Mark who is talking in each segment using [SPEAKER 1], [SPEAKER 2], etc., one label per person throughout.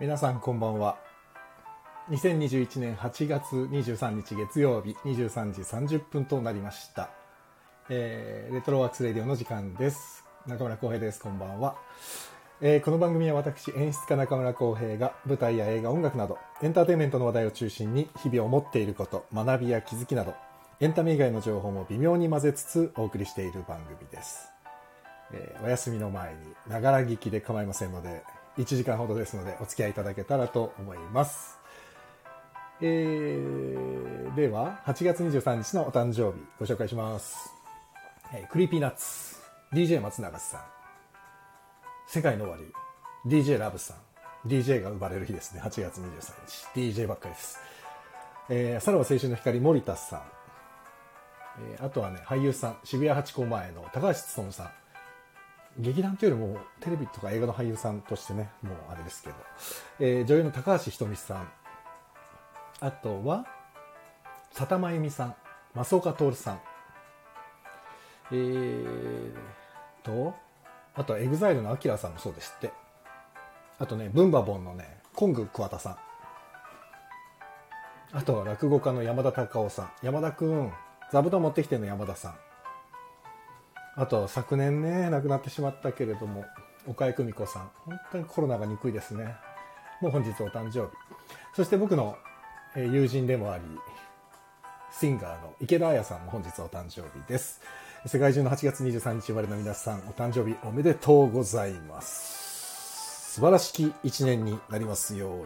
[SPEAKER 1] 皆さんこんばんは2021年8月23日月曜日23時30分となりました、えーレトロワークスレディオの時間です中村浩平ですこんばんは、えーこの番組は私演出家中村浩平が舞台や映画音楽などエンターテインメントの話題を中心に日々思っていること学びや気づきなどエンタメ以外の情報も微妙に混ぜつつお送りしている番組ですえーお休みの前にながら聞きで構いませんので1時間ほどですのでお付き合いいただけたらと思います、えーでは8月23日のお誕生日ご紹介します、えークリーピーナッツ DJ 松永さん世界の終わり DJ ラブさん DJ が生まれる日ですね8月23日 DJ ばっかりです、えー、さらば青春の光森田さんえーあとはね俳優さん渋谷八甲前の高橋勉さん劇団というよりもテレビとか映画の俳優さんとしてねもうあれですけど、えー女優の高橋ひとみさんあとは佐田真由美さん増岡徹さんえー、とあとは EXILE の AKIRA さんもそうですってあとねブンバボンのねコング桑田さんあとは落語家の山田隆夫さん山田くん座布団持ってきてるの山田さんあと昨年ね亡くなってしまったけれども岡井久美子さん本当にコロナが憎いですねもう本日お誕生日そして僕のえー友人でもありシンガーの池田彩さんも本日お誕生日です世界中の8月23日生まれの皆さんお誕生日おめでとうございます素晴らしき一年になりますように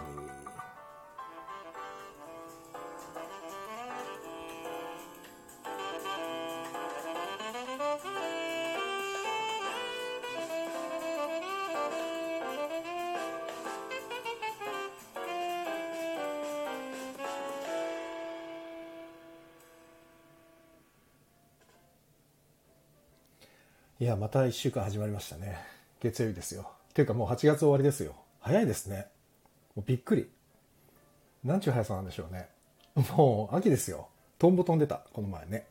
[SPEAKER 1] いやまた1週間始まりましたね月曜日ですよていうかもう8月終わりですよ早いですねもうびっくりなんちゅう速さなんでしょうねもう秋ですよトンボ飛んでたこの前ね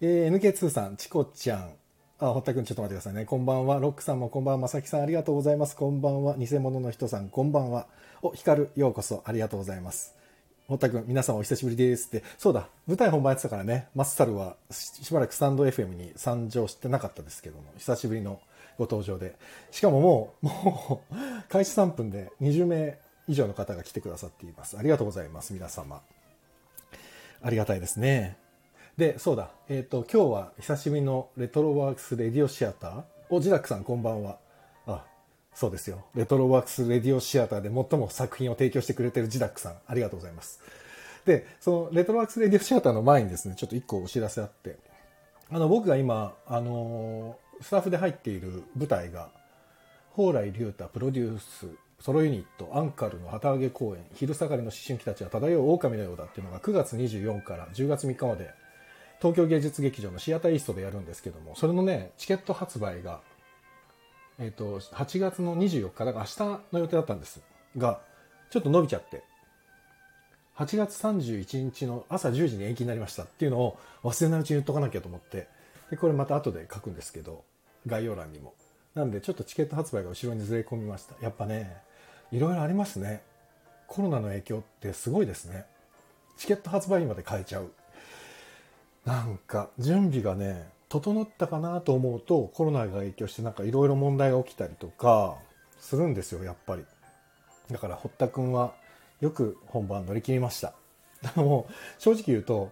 [SPEAKER 1] えー NK2 さん、チコちゃん。あ、堀田くん、ちょっと待ってくださいね。こんばんは。ロックさんもこんばんは。まさきさん、ありがとうございます。こんばんは。偽物の人さん、こんばんは。お、ヒカル、ようこそ。ありがとうございます。堀田くん、皆さんお久しぶりですって。そうだ、舞台本番やってたからね。マッサルはししばらくスタンド FM に参上してなかったですけども、久しぶりのご登場で。しかももう、もう、開始3分で20名以上の方が来てくださっています。ありがとうございます、皆様。ありがたいですね。で、そうだ、えっ、と、今日は久しぶりのレトロワークスレディオシアター。お、ジラックさん、こんばんは。あ、そうですよ。レトロワークスレディオシアターで最も作品を提供してくれてるジラックさん、ありがとうございます。で、そのレトロワークスレディオシアターの前にですね、ちょっと一個お知らせあって、あの、僕が今、あのースタッフで入っている舞台が、蓬莱竜太プロデュースソロユニットアンカルの旗揚げ公演昼下がりの思春期たちは漂う狼のようだっていうのが9月24から10月3日まで東京芸術劇場のシアターイーストでやるんですけどもそれのねチケット発売が、えっと8月の24日だから明日の予定だったんですがちょっと伸びちゃって8月31日の朝10時に延期になりましたっていうのを忘れないうちに言っとかなきゃと思ってでこれまた後で書くんですけど概要欄にもなんでちょっとチケット発売が後ろにずれ込みましたやっぱねいろいろありますねコロナの影響ってすごいですねチケット発売日まで変えちゃうなんか準備がね整ったかなと思うとコロナが影響してなんかいろいろ問題が起きたりとかするんですよやっぱりだから堀田君はよく本番乗り切りましたもう正直言うと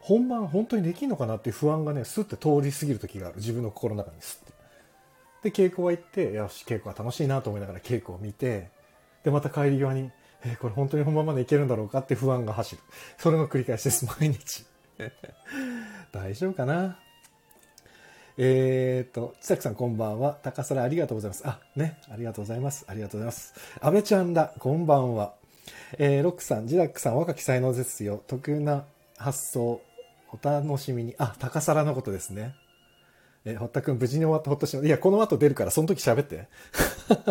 [SPEAKER 1] 本番本当にできるのかなっていう不安がねスッて通り過ぎる時がある自分の心の中にスッてで稽古場行ってよし稽古は楽しいなと思いながら稽古を見てでまた帰り際にえーこれ本当に本番までいけるんだろうかって不安が走るそれの繰り返しです毎日大丈夫かなえー、と、ちさきさんこんばんは。高皿ありがとうございます。あ、ね、ありがとうございます。ありがとうございます。安倍ちゃんだ、こんばんは。えー、ロックさん、ジラックさん、若き才能ですよ。特な発想、お楽しみに。あ、高皿のことですね。えー、堀田くん、無事に終わってほっとしまいや、この後出るから、その時喋って。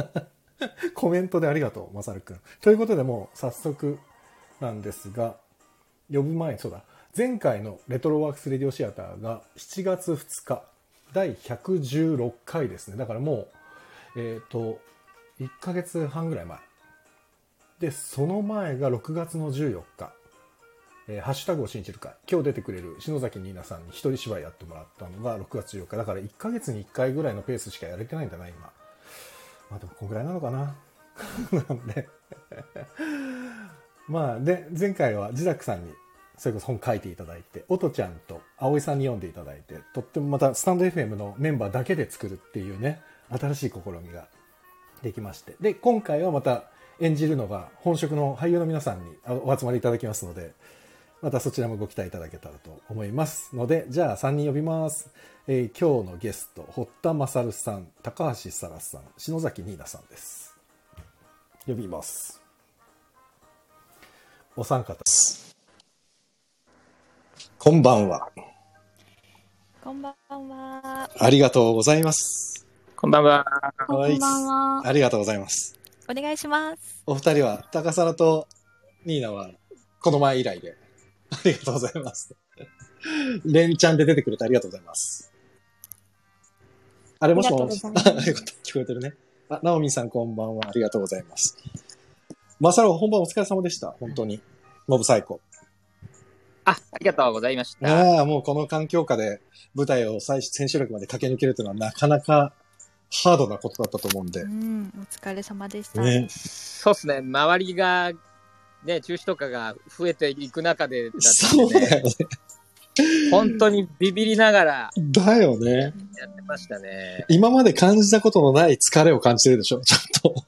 [SPEAKER 1] コメントでありがとう、まさるくん。ということで、もう早速なんですが、呼ぶ前に、そうだ。前回のレトロワークスレディオシアターが7月2日、第116回ですね。だからもう、えっ、と、1ヶ月半ぐらい前で、その前が6月の14日、えーハッシュタグを信じる会、今日出てくれる篠崎ニーナさんに一人芝居やってもらったのが6月14日、だから1ヶ月に1回ぐらいのペースしかやれてないんだな、今。まあでも、こんぐらいなのかな。なんで。まあ、で、前回はジダックさんに、それこそ本書いていただいて、音ちゃんと葵さんに読んでいただいて、とってもまたスタンド FM のメンバーだけで作るっていうね、新しい試みができまして。で、今回はまた演じるのが本職の俳優の皆さんにあお集まりいただきますので、またそちらもご期待いただけたらと思いますので、じゃあ3人呼びます。えー今日のゲスト、堀田勝さん、高橋沙羅さん、篠崎ニーナさんです。呼びます。お三方です。こんばんは。
[SPEAKER 2] こんばんは。
[SPEAKER 1] ありがとうございます。
[SPEAKER 3] こんばんは。
[SPEAKER 1] こんばんは。ありがとうございます。
[SPEAKER 2] お願いします。
[SPEAKER 1] お二人は、高皿とニーナは、この前以来で、ありがとうございます。連チャンで出てくれてありがとうございます。あれもしもし、あ
[SPEAKER 2] あ
[SPEAKER 1] よ
[SPEAKER 2] り
[SPEAKER 1] か
[SPEAKER 2] が
[SPEAKER 1] った
[SPEAKER 2] とうございます、
[SPEAKER 1] 聞こえてるね。あ、ナオミンさんこんばんは、ありがとうございます。マサロ、本番お疲れ様でした、本当に。モブサイコ。
[SPEAKER 3] あ、ありがとうございました。
[SPEAKER 1] ああ、もうこの環境下で舞台を最千秋楽まで駆け抜けるというのはなかなかハードなことだったと思うんで
[SPEAKER 2] う。ん、お疲れ様でした。
[SPEAKER 1] ね。
[SPEAKER 3] そうですね、周りが、ね、中止とかが増えていく中でだった
[SPEAKER 1] そ
[SPEAKER 3] ん
[SPEAKER 1] う
[SPEAKER 3] でね、
[SPEAKER 1] だよね。
[SPEAKER 3] 本当にビビりながら
[SPEAKER 1] だよね。
[SPEAKER 3] やってましたね。
[SPEAKER 1] 今まで感じたことのない疲れを感じてるでしょ、ちょっ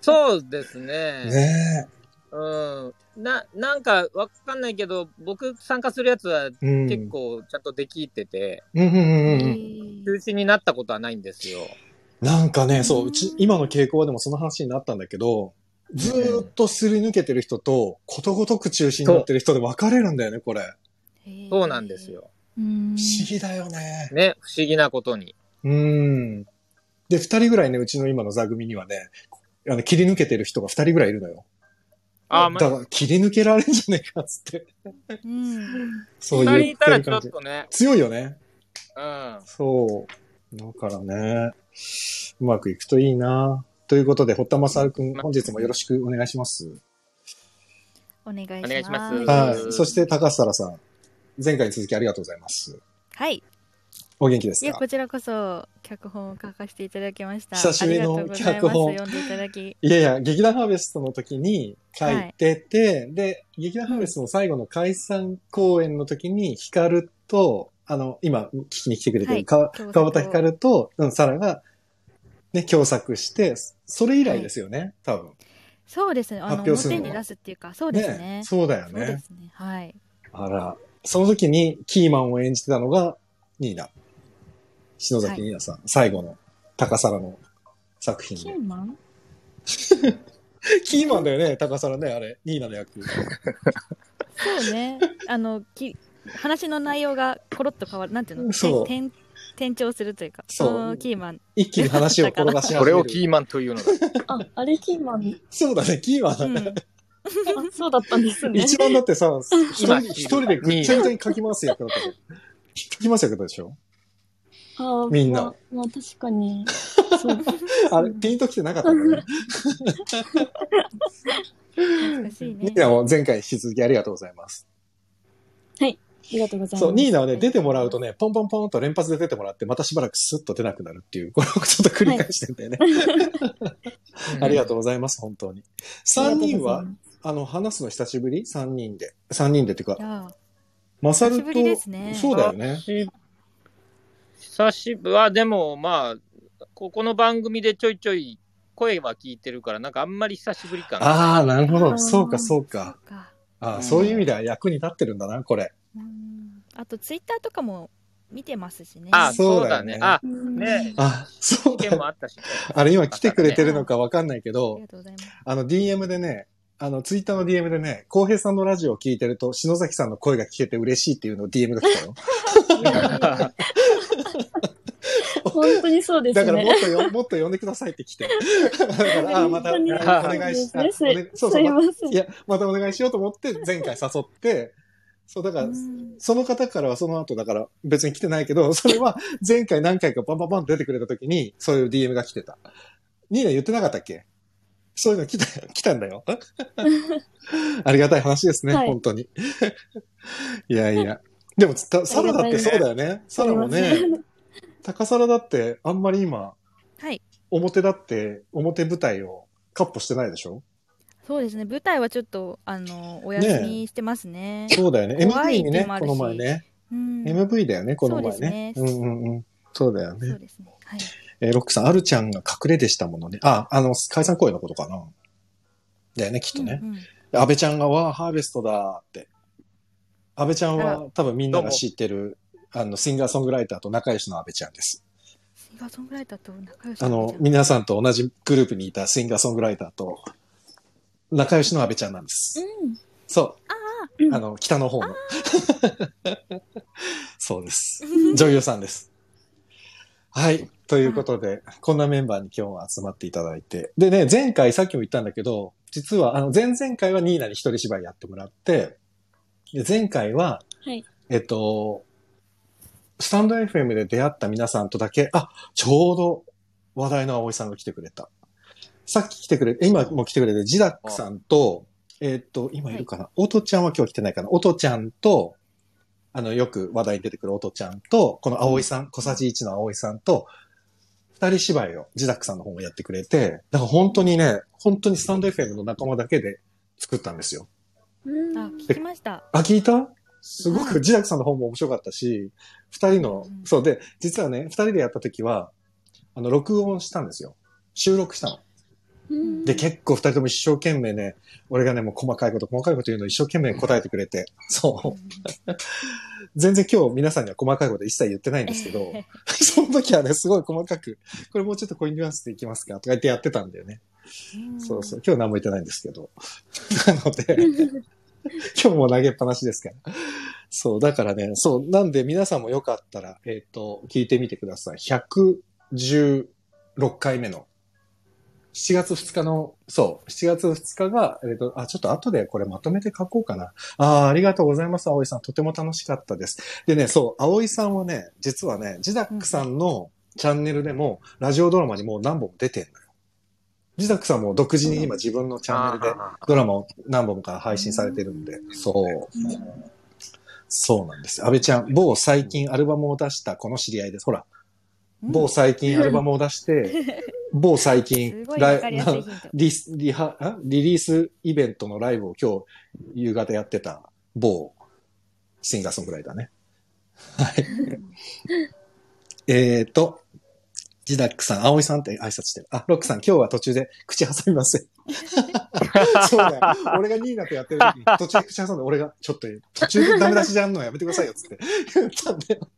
[SPEAKER 3] そうです
[SPEAKER 1] と。
[SPEAKER 3] ね。
[SPEAKER 1] ね
[SPEAKER 3] うん。な、なんかわかんないけど、僕参加するやつは
[SPEAKER 1] え。うん。
[SPEAKER 3] 結構ちゃんとできてて、
[SPEAKER 1] うんうん
[SPEAKER 2] え
[SPEAKER 1] うんうん。
[SPEAKER 2] ー
[SPEAKER 3] 中止になったことはないんですよ。
[SPEAKER 1] なんかね、そうう、
[SPEAKER 2] ん
[SPEAKER 1] うち、今の傾向でもその話になったんだけど、ずーっとすり抜けてる人と、ことごとく中心になってる人で分かれるんだよね、これ。
[SPEAKER 3] そうなんです。よ。
[SPEAKER 2] うん
[SPEAKER 1] 不思議だよね。
[SPEAKER 3] ね、不思議なことに。
[SPEAKER 1] うん。で、二人ぐらいね、うちの今の座組にはね、あの、切り抜けてる人が二人ぐらいいるのよ。
[SPEAKER 3] あ、
[SPEAKER 1] だ
[SPEAKER 3] ま
[SPEAKER 1] か
[SPEAKER 3] あ、
[SPEAKER 1] ら、切り抜けられんじゃねえかっつ って。
[SPEAKER 2] うん。
[SPEAKER 1] そう
[SPEAKER 3] 二
[SPEAKER 1] 言っ
[SPEAKER 3] 人
[SPEAKER 1] て
[SPEAKER 3] いたら
[SPEAKER 1] る
[SPEAKER 3] ちょ
[SPEAKER 1] 感
[SPEAKER 3] っ
[SPEAKER 1] じ。
[SPEAKER 3] とね、
[SPEAKER 1] 強いよね。
[SPEAKER 3] うん。
[SPEAKER 1] そう。だからね、うまくいくといいな。ということで、堀田正くん、本日もよろしくお願いします。
[SPEAKER 2] お願いします。
[SPEAKER 3] お願いします
[SPEAKER 1] はい。そして、高須原さん。前回に続きありがとうございます。
[SPEAKER 2] はい。
[SPEAKER 1] お元気で
[SPEAKER 2] い
[SPEAKER 1] す
[SPEAKER 2] や、
[SPEAKER 1] か
[SPEAKER 2] こちらこそ、脚本を書かせていただきました。
[SPEAKER 1] 久しぶりの
[SPEAKER 2] あがとうございます
[SPEAKER 1] 脚本
[SPEAKER 2] 読んでいただき。
[SPEAKER 1] いやいや、劇団ハーベストの時に書いてて、で、劇団ハーベストの最後の解散公演の時に、ヒカルと、あの、今、聞きに来てくれてる、
[SPEAKER 2] はい
[SPEAKER 1] か
[SPEAKER 2] 京作を
[SPEAKER 1] 川端ヒカルと、うん、サラが、ね、共作して、それ以来ですよね、多分。
[SPEAKER 2] そうですね。あ
[SPEAKER 1] 発
[SPEAKER 2] の、
[SPEAKER 1] 表する
[SPEAKER 2] 表
[SPEAKER 1] の
[SPEAKER 2] に出すっていうか、そうですね。
[SPEAKER 1] そうだよ
[SPEAKER 2] そうで
[SPEAKER 1] ね。
[SPEAKER 2] すね。はい。
[SPEAKER 1] あら、その時にキーマンを演じてたのが、ニーナ。篠崎ニーナさん、最後の、高皿の作品で。
[SPEAKER 2] マン
[SPEAKER 1] キーマンだよね、高皿ね、あれ、ニーナの役。
[SPEAKER 2] そうね。あの、き話の内容がコロッと変わる。なんていうの
[SPEAKER 1] そう
[SPEAKER 2] 転転調するというか、
[SPEAKER 1] そう
[SPEAKER 2] のキーマン。
[SPEAKER 1] 一気に話を転がし始める。
[SPEAKER 3] これをキーマンというのだ。
[SPEAKER 4] あ、あれキーマン、
[SPEAKER 1] そうだね、キーマンだ
[SPEAKER 2] う
[SPEAKER 1] ね。
[SPEAKER 2] ん
[SPEAKER 4] あ そうだったんですね。
[SPEAKER 1] 一番だってさ、一人
[SPEAKER 3] 今
[SPEAKER 1] 一人でぐっちゃぐちゃに書き回す役だったじゃん。書き回す役だったでしょ
[SPEAKER 4] あ
[SPEAKER 1] みんな
[SPEAKER 4] まあ、まあ確 かに。そう。
[SPEAKER 1] あれ、ピンときてなかった んだね。
[SPEAKER 2] 懐かしい
[SPEAKER 1] ニ
[SPEAKER 2] ね
[SPEAKER 1] ー。ナも前回引き続きありがとうございます。
[SPEAKER 4] ありがとうございます。
[SPEAKER 1] そう、ニーナはね、出てもらうとね、ポンポンポンと連発で出てもらって、またしばらくスッと出なくなるっていう、これをちょっと繰り返してんだよね。ありがとうございます、本当に。3人
[SPEAKER 4] あ
[SPEAKER 1] は
[SPEAKER 4] りがとうござい、ます
[SPEAKER 1] あの、話すの久しぶり ?3 人で。3人でっていう
[SPEAKER 2] い
[SPEAKER 1] か、
[SPEAKER 2] や
[SPEAKER 1] マサ
[SPEAKER 2] 久
[SPEAKER 1] ルと
[SPEAKER 2] しぶ、りですね。
[SPEAKER 1] そうだよね。
[SPEAKER 3] 久し久しぶりは、でもまあ、ここの番組でちょいちょい声は聞いてるから、なんかあんまり久しぶりかな。
[SPEAKER 1] ああ、なるほ
[SPEAKER 4] あ
[SPEAKER 1] ど。
[SPEAKER 4] ー
[SPEAKER 1] そうか、そうか。
[SPEAKER 2] か
[SPEAKER 1] あーそういう意味では役に立ってるんだな、これ。
[SPEAKER 2] うんあとツイッターとかも見てますしね。
[SPEAKER 3] あ
[SPEAKER 1] そ
[SPEAKER 3] そうう
[SPEAKER 1] だよ
[SPEAKER 3] だ
[SPEAKER 1] ね
[SPEAKER 3] ね。あ、
[SPEAKER 4] うん
[SPEAKER 3] ね
[SPEAKER 1] あ、そう
[SPEAKER 3] 意
[SPEAKER 1] だよ
[SPEAKER 3] 見もあったしね。
[SPEAKER 1] あれ今来てくれてるのかわかんないけ
[SPEAKER 2] あ
[SPEAKER 1] ど
[SPEAKER 2] り、がとうございます。
[SPEAKER 1] あの DM でね、あのツイッターの DM でね、浩平さんのラジオを聞いてると、篠崎さんの声が聞けて嬉しいっていうのを DM が来たよ。
[SPEAKER 4] 本当にそうです
[SPEAKER 1] だからも
[SPEAKER 4] ね。
[SPEAKER 1] っとよ、も っと呼んでくださいって来て。だから、あまたお
[SPEAKER 4] 本当に
[SPEAKER 1] 願いし
[SPEAKER 4] そう です
[SPEAKER 1] あおね
[SPEAKER 4] ね。
[SPEAKER 1] そうそ
[SPEAKER 4] すす
[SPEAKER 1] う
[SPEAKER 4] いま
[SPEAKER 1] ま。
[SPEAKER 4] せん。
[SPEAKER 1] いや、またお願いしようと思って前回誘って、そうだから、
[SPEAKER 2] うん
[SPEAKER 1] その方からはその後だから別に来てないけど、 それは前回何回かバンバンバンと出てくれた時に、そういう DM が来てた。ニーナ言ってなかったっけそういうの来た、 来たん だよ。ありがたい話ですね、
[SPEAKER 4] はい
[SPEAKER 1] 本当に。 いやいや。でもつった、サラだってそうだよね。サラも
[SPEAKER 4] あり
[SPEAKER 1] ね、高サラだってあんまり今、
[SPEAKER 2] はい。
[SPEAKER 1] 表だって、表舞台をカッポしてないでしょ
[SPEAKER 2] そうですね。舞台はちょっと、あの、お休みしてますね。
[SPEAKER 1] そうだよね。
[SPEAKER 2] 怖い
[SPEAKER 1] MV に
[SPEAKER 2] って
[SPEAKER 1] ね
[SPEAKER 2] のもあ、
[SPEAKER 1] こ
[SPEAKER 2] るし
[SPEAKER 1] の前ね。
[SPEAKER 2] うん。
[SPEAKER 1] MV だよね、この前ね。う
[SPEAKER 2] そうです
[SPEAKER 1] んうんうん。そうだよ
[SPEAKER 2] そ
[SPEAKER 1] ね
[SPEAKER 2] う。ですね。はい。
[SPEAKER 1] えーロックさん、あるちゃんが隠れでしたものね。あ、あの、解散公演のことかな。だよね、きっとね。
[SPEAKER 2] うんうん
[SPEAKER 1] 安倍ちゃんが、わあ、ハーベストだって。安倍ちゃん
[SPEAKER 2] あら
[SPEAKER 1] は多分みんなが知ってる、あの、シンガーソングライターと仲良しの安倍ちゃんです。
[SPEAKER 2] シンガーソングライターと仲良し
[SPEAKER 1] あの、皆さんと同じグループにいたシンガーソングライターと仲良しの安倍ちゃんなんです。そう。
[SPEAKER 4] うん
[SPEAKER 1] あの、北の方の。 そうです。女優さんです。はい。ということで、こんなメンバーに今日は集まっていただいて。でね、前回さっきも言ったんだけど、実は、あの、前々回はニーナに一人芝居やってもらって、で前回は、
[SPEAKER 4] はい
[SPEAKER 1] えっと、スタンド FM で出会った皆さんとだけ、あ、ちょうど話題の葵さんが来てくれた。さっき来てくれ、今も来てくれて、ジダックさんと、えーっと、今いるかな、おとちゃんは今日来てないかなおとちゃんと、あの、よく話題に出てくるおとちゃんと、この葵さん、小さじ1の葵さんと、二人芝居を、ジダックさんの方もやってくれて、だから本当にね、本当にスタンド FM の仲間だけで作ったんですよ。
[SPEAKER 4] うん
[SPEAKER 2] あ、聞きました。
[SPEAKER 1] あ、聞いたすご
[SPEAKER 2] う
[SPEAKER 1] く、ジダクさんの方も面白かったし、二人の
[SPEAKER 2] う、ん
[SPEAKER 1] そうで、実はね、二人でやった時は、あの、録音したんですよ。収録したの。
[SPEAKER 4] うん
[SPEAKER 1] で、結構二人とも一生懸命ね、俺がね、もう細かいこと、細かいこと言うのを一生懸命答えてくれて、そう。全然今日皆さんには細かいこと一切言ってないんですけど、 その時はね、すごい細かく、これもうちょっとこういうニュアンスでいきますかとか言ってやってたんだよね。そうそう。今日何も言ってないんですけど。 なので、 今日も投げっぱなしですから。そう、だからね、そう、なんで皆さんもよかったら、えっ、と、聞いてみてください。116回目の、7月2日の、そう、7月2日が、えっ、と、あ、ちょっと後でこれまとめて書こうかな。ああ、ありがとうございます、葵さん。とても楽しかったです。でね、そう、葵さんはね、実はね、ジダックさんのチャンネルでも、ラジオドラマにもう何本も出てんのよ。ジダックさんも独自に今自分のチャンネルで
[SPEAKER 3] あ
[SPEAKER 1] ドラマを何本か配信されてるんで、そう。そうなんです。安倍ちゃん、某最近アルバムを出したこの知り合いです。ほら、某最近アルバムを出 して、某最近
[SPEAKER 2] すごい
[SPEAKER 1] ライ
[SPEAKER 2] わかりやすいヒント。
[SPEAKER 1] リスリハんリリースイベントのライブを今日夕方やってた某シンガーソングライターね。はい。えっと、ジダックさん、葵さんって挨拶してる。あ、ロックさん、今日は途中で口挟みません。そうだよ。俺がニーナとやってる時に途中で口挟んで、俺がちょっと途中でダメ出しじゃんのやめてくださいよっつって言ったんだよ。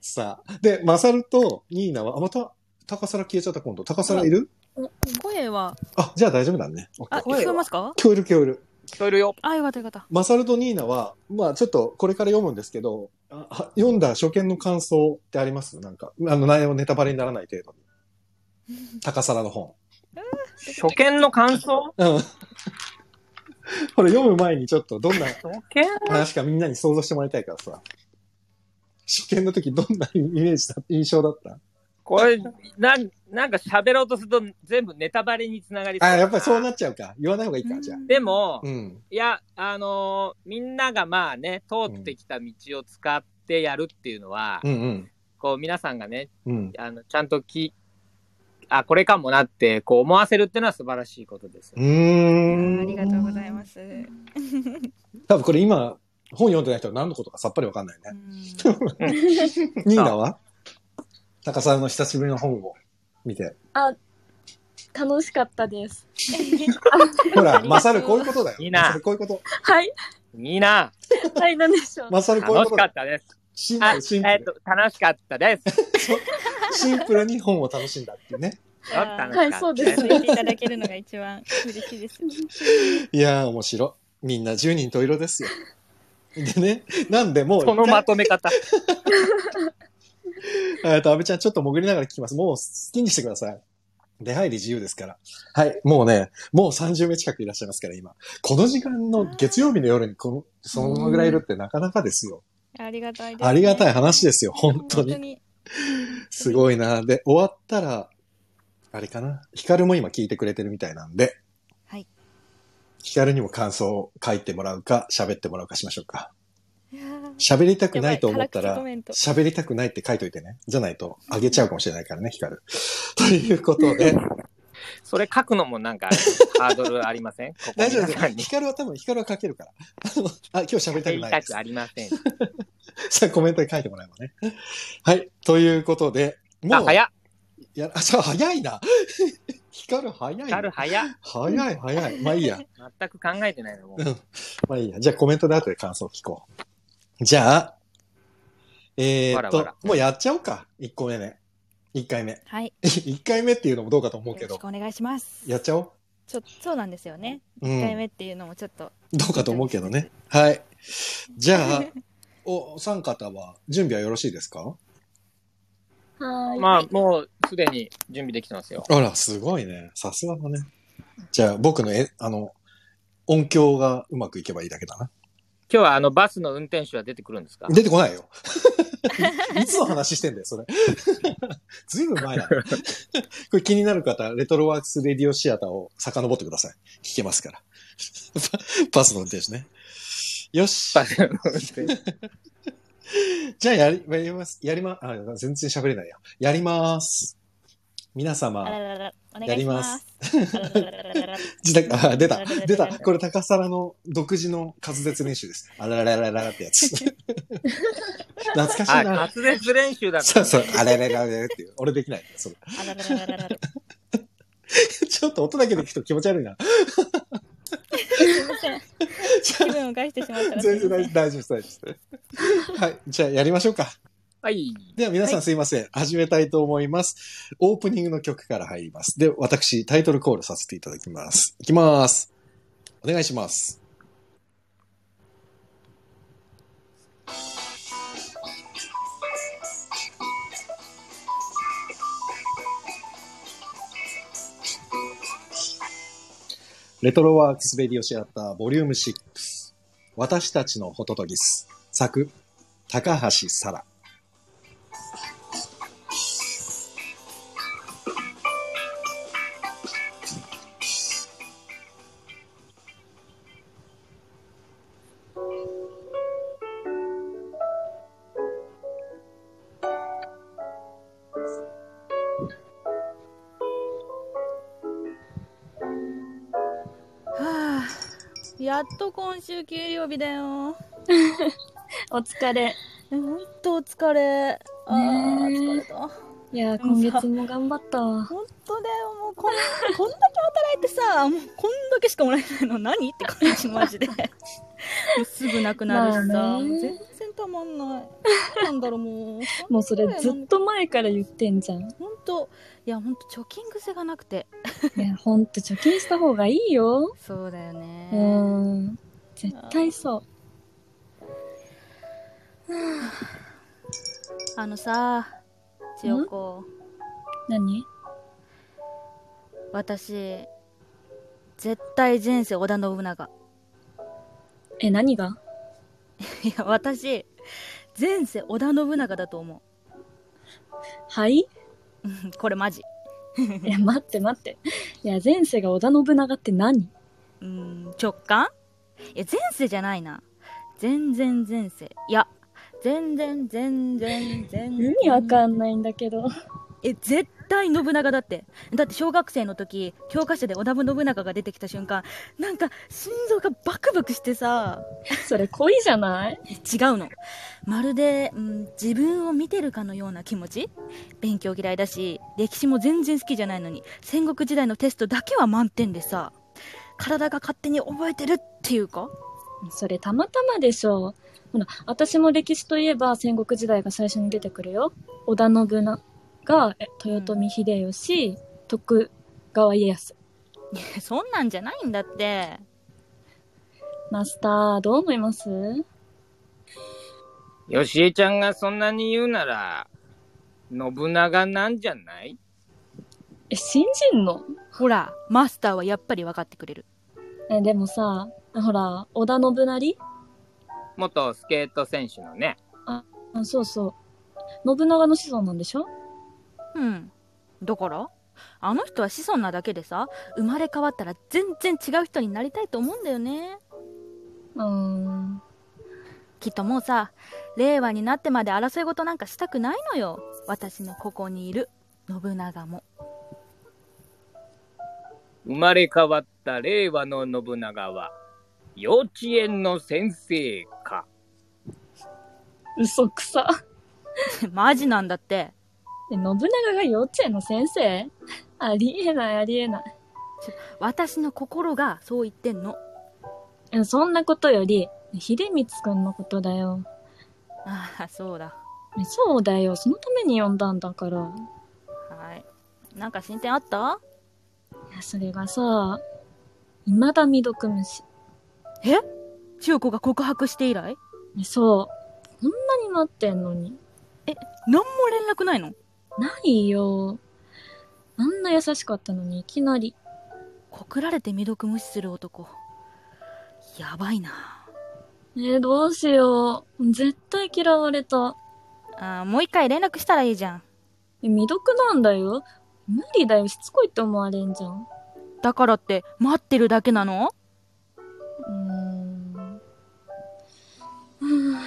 [SPEAKER 1] さあ。で、マサルとニーナは、あ、また高皿消えちゃった今度。高皿いる
[SPEAKER 2] 声は、
[SPEAKER 1] あ、じゃあ大丈夫だね。オッケ
[SPEAKER 2] あ、
[SPEAKER 1] ー
[SPEAKER 2] 聞こえますか
[SPEAKER 1] 聞こえる聞こえる。
[SPEAKER 3] 聞こえるよ。
[SPEAKER 2] あ、よかったよかった。
[SPEAKER 1] マサルとニーナは、まあちょっとこれから読むんですけど、ああ読んだ初見の感想ってありますなんか、あの内容ネタバレにならない程度 に。高皿の本。
[SPEAKER 3] 初見の感想
[SPEAKER 1] うん。 これ読む前にちょっとどんな
[SPEAKER 3] 初見
[SPEAKER 1] 話かみんなに想像してもらいたいからさ。初見の時どんなイメージだ、印象だった
[SPEAKER 3] これ、なんなんか喋ろうとすると全部ネタバレにつながりそう
[SPEAKER 1] あ、やっぱりそうなっちゃうか。言わない方がいいか、じゃあ。
[SPEAKER 3] でも、
[SPEAKER 1] うん。
[SPEAKER 3] いや、あのーみんながまあね、通ってきた道を使ってやるっていうのは、
[SPEAKER 1] うんうん。
[SPEAKER 3] こう皆さんがね、
[SPEAKER 1] うん。
[SPEAKER 3] あのちゃんとき、あ、これかもなって、こう思わせるっていうのは素晴らしいことですよ
[SPEAKER 1] う。ーん。
[SPEAKER 2] ありがとうございます。
[SPEAKER 1] 多分これ今、本読んでない人は何のことかさっぱりわかんないね。ニーナは高さんの久しぶりの本を見て。
[SPEAKER 4] 楽しかったです。
[SPEAKER 1] ほら、マサルこういうことだよ。
[SPEAKER 3] ニーナ
[SPEAKER 1] マサルこういうこと。
[SPEAKER 4] はい。
[SPEAKER 3] いいな、
[SPEAKER 4] はい、なんでしょう。
[SPEAKER 1] マサルこういう
[SPEAKER 3] 楽
[SPEAKER 1] こ
[SPEAKER 3] し
[SPEAKER 1] と
[SPEAKER 3] か
[SPEAKER 1] だよ
[SPEAKER 3] っ。たです。
[SPEAKER 1] シンプ
[SPEAKER 3] あ、え
[SPEAKER 1] ル、シンプ
[SPEAKER 3] っ
[SPEAKER 1] ル。
[SPEAKER 3] と、楽しかったです。
[SPEAKER 1] シンプルに本を楽しんだっていうね。
[SPEAKER 3] 楽し
[SPEAKER 4] は
[SPEAKER 3] か
[SPEAKER 4] い、
[SPEAKER 3] った
[SPEAKER 4] そうです
[SPEAKER 2] 言っ
[SPEAKER 4] ね。
[SPEAKER 2] ていただけるのが一番嬉しいです。
[SPEAKER 1] いやー、面白い。みんな十人十色ですよ。でね、なんでもう一
[SPEAKER 3] そ
[SPEAKER 1] 回、
[SPEAKER 3] のまとめ方。
[SPEAKER 1] えっと、安倍ちゃん、ちょっと潜りながら聞きます。もう好きにしてください。出入り自由ですから。はい。もうね、もう30名近くいらっしゃいますから、今。この時間の月曜日の夜に、この、そのぐらいいるってなかなかですよ。
[SPEAKER 2] ありがたいです、
[SPEAKER 1] ありがたい話ですよ、本当に。
[SPEAKER 2] に。
[SPEAKER 1] すごいな。で、終わったら、あれかな。ヒカルも今聞いてくれてるみたいなんで、
[SPEAKER 2] はい。
[SPEAKER 1] ヒカルにも感想を書いてもらうか、喋ってもらうかしましょうか。
[SPEAKER 2] いやー
[SPEAKER 1] 喋りたくないと思った
[SPEAKER 2] や
[SPEAKER 1] ら
[SPEAKER 2] ばい辛口コメン、ト
[SPEAKER 1] 喋りたくないって書いといてね。じゃないと、あげちゃうかもしれないからね、ヒカル。 ということで、
[SPEAKER 3] それ書くのもなんかハードルありま せんここ
[SPEAKER 1] 大丈夫
[SPEAKER 3] 皆
[SPEAKER 1] で
[SPEAKER 3] さ
[SPEAKER 1] す。
[SPEAKER 3] んに
[SPEAKER 1] ヒカルは多分、ヒカルは書けるから。 あの、あ、今日喋りた
[SPEAKER 3] 書
[SPEAKER 1] く
[SPEAKER 3] き
[SPEAKER 1] ない
[SPEAKER 3] た
[SPEAKER 1] で
[SPEAKER 3] く
[SPEAKER 1] す
[SPEAKER 3] あ。りません。
[SPEAKER 1] さあ、コメントに書いてもらえばね。 はい。ということで、
[SPEAKER 3] あ、
[SPEAKER 1] もう、
[SPEAKER 3] 早っ。
[SPEAKER 1] やあ、そう、早いな。 ヒカル早いな。
[SPEAKER 3] 光る早っ。
[SPEAKER 1] 早い早い。まあいいや。
[SPEAKER 3] 全く考えてないのもう
[SPEAKER 1] うん。まあいいや。じゃあコメントで後で感想聞こう。じゃあ、えー、っと
[SPEAKER 3] わらわら
[SPEAKER 1] もうやっちゃおうか。1個目ね。1回目。
[SPEAKER 2] はい。
[SPEAKER 1] 1回目っていうのもどうかと思う
[SPEAKER 2] よ
[SPEAKER 1] け
[SPEAKER 2] ろ
[SPEAKER 1] ど
[SPEAKER 2] しく。お願いします。
[SPEAKER 1] やっちゃおう。
[SPEAKER 2] ちょそうなんですよね。
[SPEAKER 1] う
[SPEAKER 2] 1回目
[SPEAKER 1] ん。
[SPEAKER 2] っていうのもちょっと。
[SPEAKER 1] どうかと思うけどね。はい。じ ゃあ、お、お三方は準備はよろしいですか
[SPEAKER 4] はーい。
[SPEAKER 3] まあ、もうすでに準備できてますよ。
[SPEAKER 1] あら、すごいね。さすがだね。じゃあ、僕の、え、あの、音響がうまくいけばいいだけだな。
[SPEAKER 3] 今日はあのバスの運転手は出てくるんですか
[SPEAKER 1] 出てこないよ。 いつの話してんだよ、それ。 ずいぶん前だね。これ気になる方、レトロワークスレディオシアターを遡ってください。聞けますから。バスの運転手ね。よし。
[SPEAKER 3] バスの運転手。
[SPEAKER 1] じゃあやり、やります。やりま、あ、全然喋れないや。やります。皆様。
[SPEAKER 2] あららら、お願いします。あらららららら
[SPEAKER 1] 自宅、あ、出た、出た。これ高皿の独自の滑舌練習です。あららららららってやつ。懐かしい
[SPEAKER 3] あ、
[SPEAKER 1] な
[SPEAKER 3] 滑。舌練習だ
[SPEAKER 1] そうそう、あらららららっていう。俺できない。それ
[SPEAKER 2] あらららららら
[SPEAKER 1] ちょっと音だけで聞くと気持ち悪いな。
[SPEAKER 2] すいません。気分を害してしまったらすい
[SPEAKER 1] 全
[SPEAKER 2] ま
[SPEAKER 1] 然
[SPEAKER 2] せ
[SPEAKER 1] 大
[SPEAKER 2] ん
[SPEAKER 1] 大丈夫です、大丈夫です。はい。じゃあやりましょうか。
[SPEAKER 3] はい。
[SPEAKER 1] では皆さんすいません。始めたいと思います。オープニングの曲から入ります。で、私、タイトルコールさせていただきます。いきます。お願いします。レトロワークスベリオシアターボリューム6。私たちのホトトギス。作、高橋沙羅。
[SPEAKER 2] はあやっと今週給料日だよ。
[SPEAKER 4] お疲れ。
[SPEAKER 2] 本当お疲れ。あー
[SPEAKER 4] ねえ
[SPEAKER 2] 疲れた。
[SPEAKER 4] いや、
[SPEAKER 2] でも
[SPEAKER 4] 今
[SPEAKER 2] さ
[SPEAKER 4] 月も頑張ったわ。
[SPEAKER 2] 本当だよ、もうこん こんだけ働いてさ、もうこんだけしかもらえないの何って感じ、マジで。も うすぐなくなるしさ、
[SPEAKER 4] まあね
[SPEAKER 2] もう全然たまんない。なんだろう、もう。
[SPEAKER 4] もうそれずっと前から言ってんじゃん。い
[SPEAKER 2] 本当、いや、本当貯金癖がなくて。
[SPEAKER 4] や、ほんと貯金した方がいいよ。
[SPEAKER 2] そうだよね。
[SPEAKER 4] うーん。絶対そう。
[SPEAKER 2] あのさ、千代子、
[SPEAKER 4] 何
[SPEAKER 2] 私、絶対前世織田信長。
[SPEAKER 4] え、何が
[SPEAKER 2] いや、私、前世織田信長だと思
[SPEAKER 4] はい
[SPEAKER 2] ううん。 これマジ。
[SPEAKER 4] いや、待って待って。いや、前世が織田信長って何
[SPEAKER 2] うーん、直感いや、前世じゃないな。全然前世。いや、全然全然全然。
[SPEAKER 4] 意味わかんないんだけど。
[SPEAKER 2] え、絶対信長だって。だって小学生の時、教科書で織田信長が出てきた瞬間、なんか心臓がバクバクしてさ、
[SPEAKER 4] それ恋じゃない
[SPEAKER 2] 違うの。まるで、うん、自分を見てるかのような気持ち勉強嫌いだし、歴史も全然好きじゃないのに、戦国時代のテストだけは満点でさ、体が勝手に覚えてるっていうか
[SPEAKER 4] それたまたまでしょほら、私も歴史といえば戦国時代が最初に出てくるよ。織田信長がえ豊臣秀吉、徳川家康。
[SPEAKER 2] いやそんなんじゃないんだって。
[SPEAKER 4] マスター、どう思います
[SPEAKER 3] よしえちゃんがそんなに言うなら、信長なんじゃない
[SPEAKER 4] え、信じんの
[SPEAKER 2] ほら、マスターはやっぱり分かってくれる。
[SPEAKER 4] え、でもさ、ほら、織田信成
[SPEAKER 3] 元スケート選手のね。
[SPEAKER 4] あそうそう。信長の子孫なんでしょ
[SPEAKER 2] うん。だからあの人は子孫なだけでさ生まれ変わったら全然違う人になりたいと思うんだよね
[SPEAKER 4] うーん。
[SPEAKER 2] きっともうさ令和になってまで争い事なんかしたくないのよ私のここにいる信長も
[SPEAKER 3] 生まれ変わった令和の信長は、幼稚園の先生か。
[SPEAKER 4] 嘘くさ。
[SPEAKER 2] マジなんだって
[SPEAKER 4] え信長が幼稚園の先生 ありえないありえない
[SPEAKER 2] 私の心がそう言ってんの
[SPEAKER 4] え。そんなことより、秀光くんのことだよ。
[SPEAKER 2] ああそうだ
[SPEAKER 4] えそうだよ。そのために呼んだんだから。
[SPEAKER 2] はいなんか進展あった
[SPEAKER 4] いや、それがさ、未だ未読無視。
[SPEAKER 2] え千代子が告白して以来
[SPEAKER 4] えそう。こんなになってんのに。
[SPEAKER 2] 何も連絡ないの
[SPEAKER 4] ないよ。あんな優しかったのにいきなり。
[SPEAKER 2] 告られて未読無視する男やばいな
[SPEAKER 4] えーどうしよう。絶対嫌われた。
[SPEAKER 2] あーもう一回連絡したらいいじゃん
[SPEAKER 4] え未読なんだよ。無理だよ。しつこいって思われんじゃん。
[SPEAKER 2] だからって待ってるだけなの
[SPEAKER 4] うーん。はぁ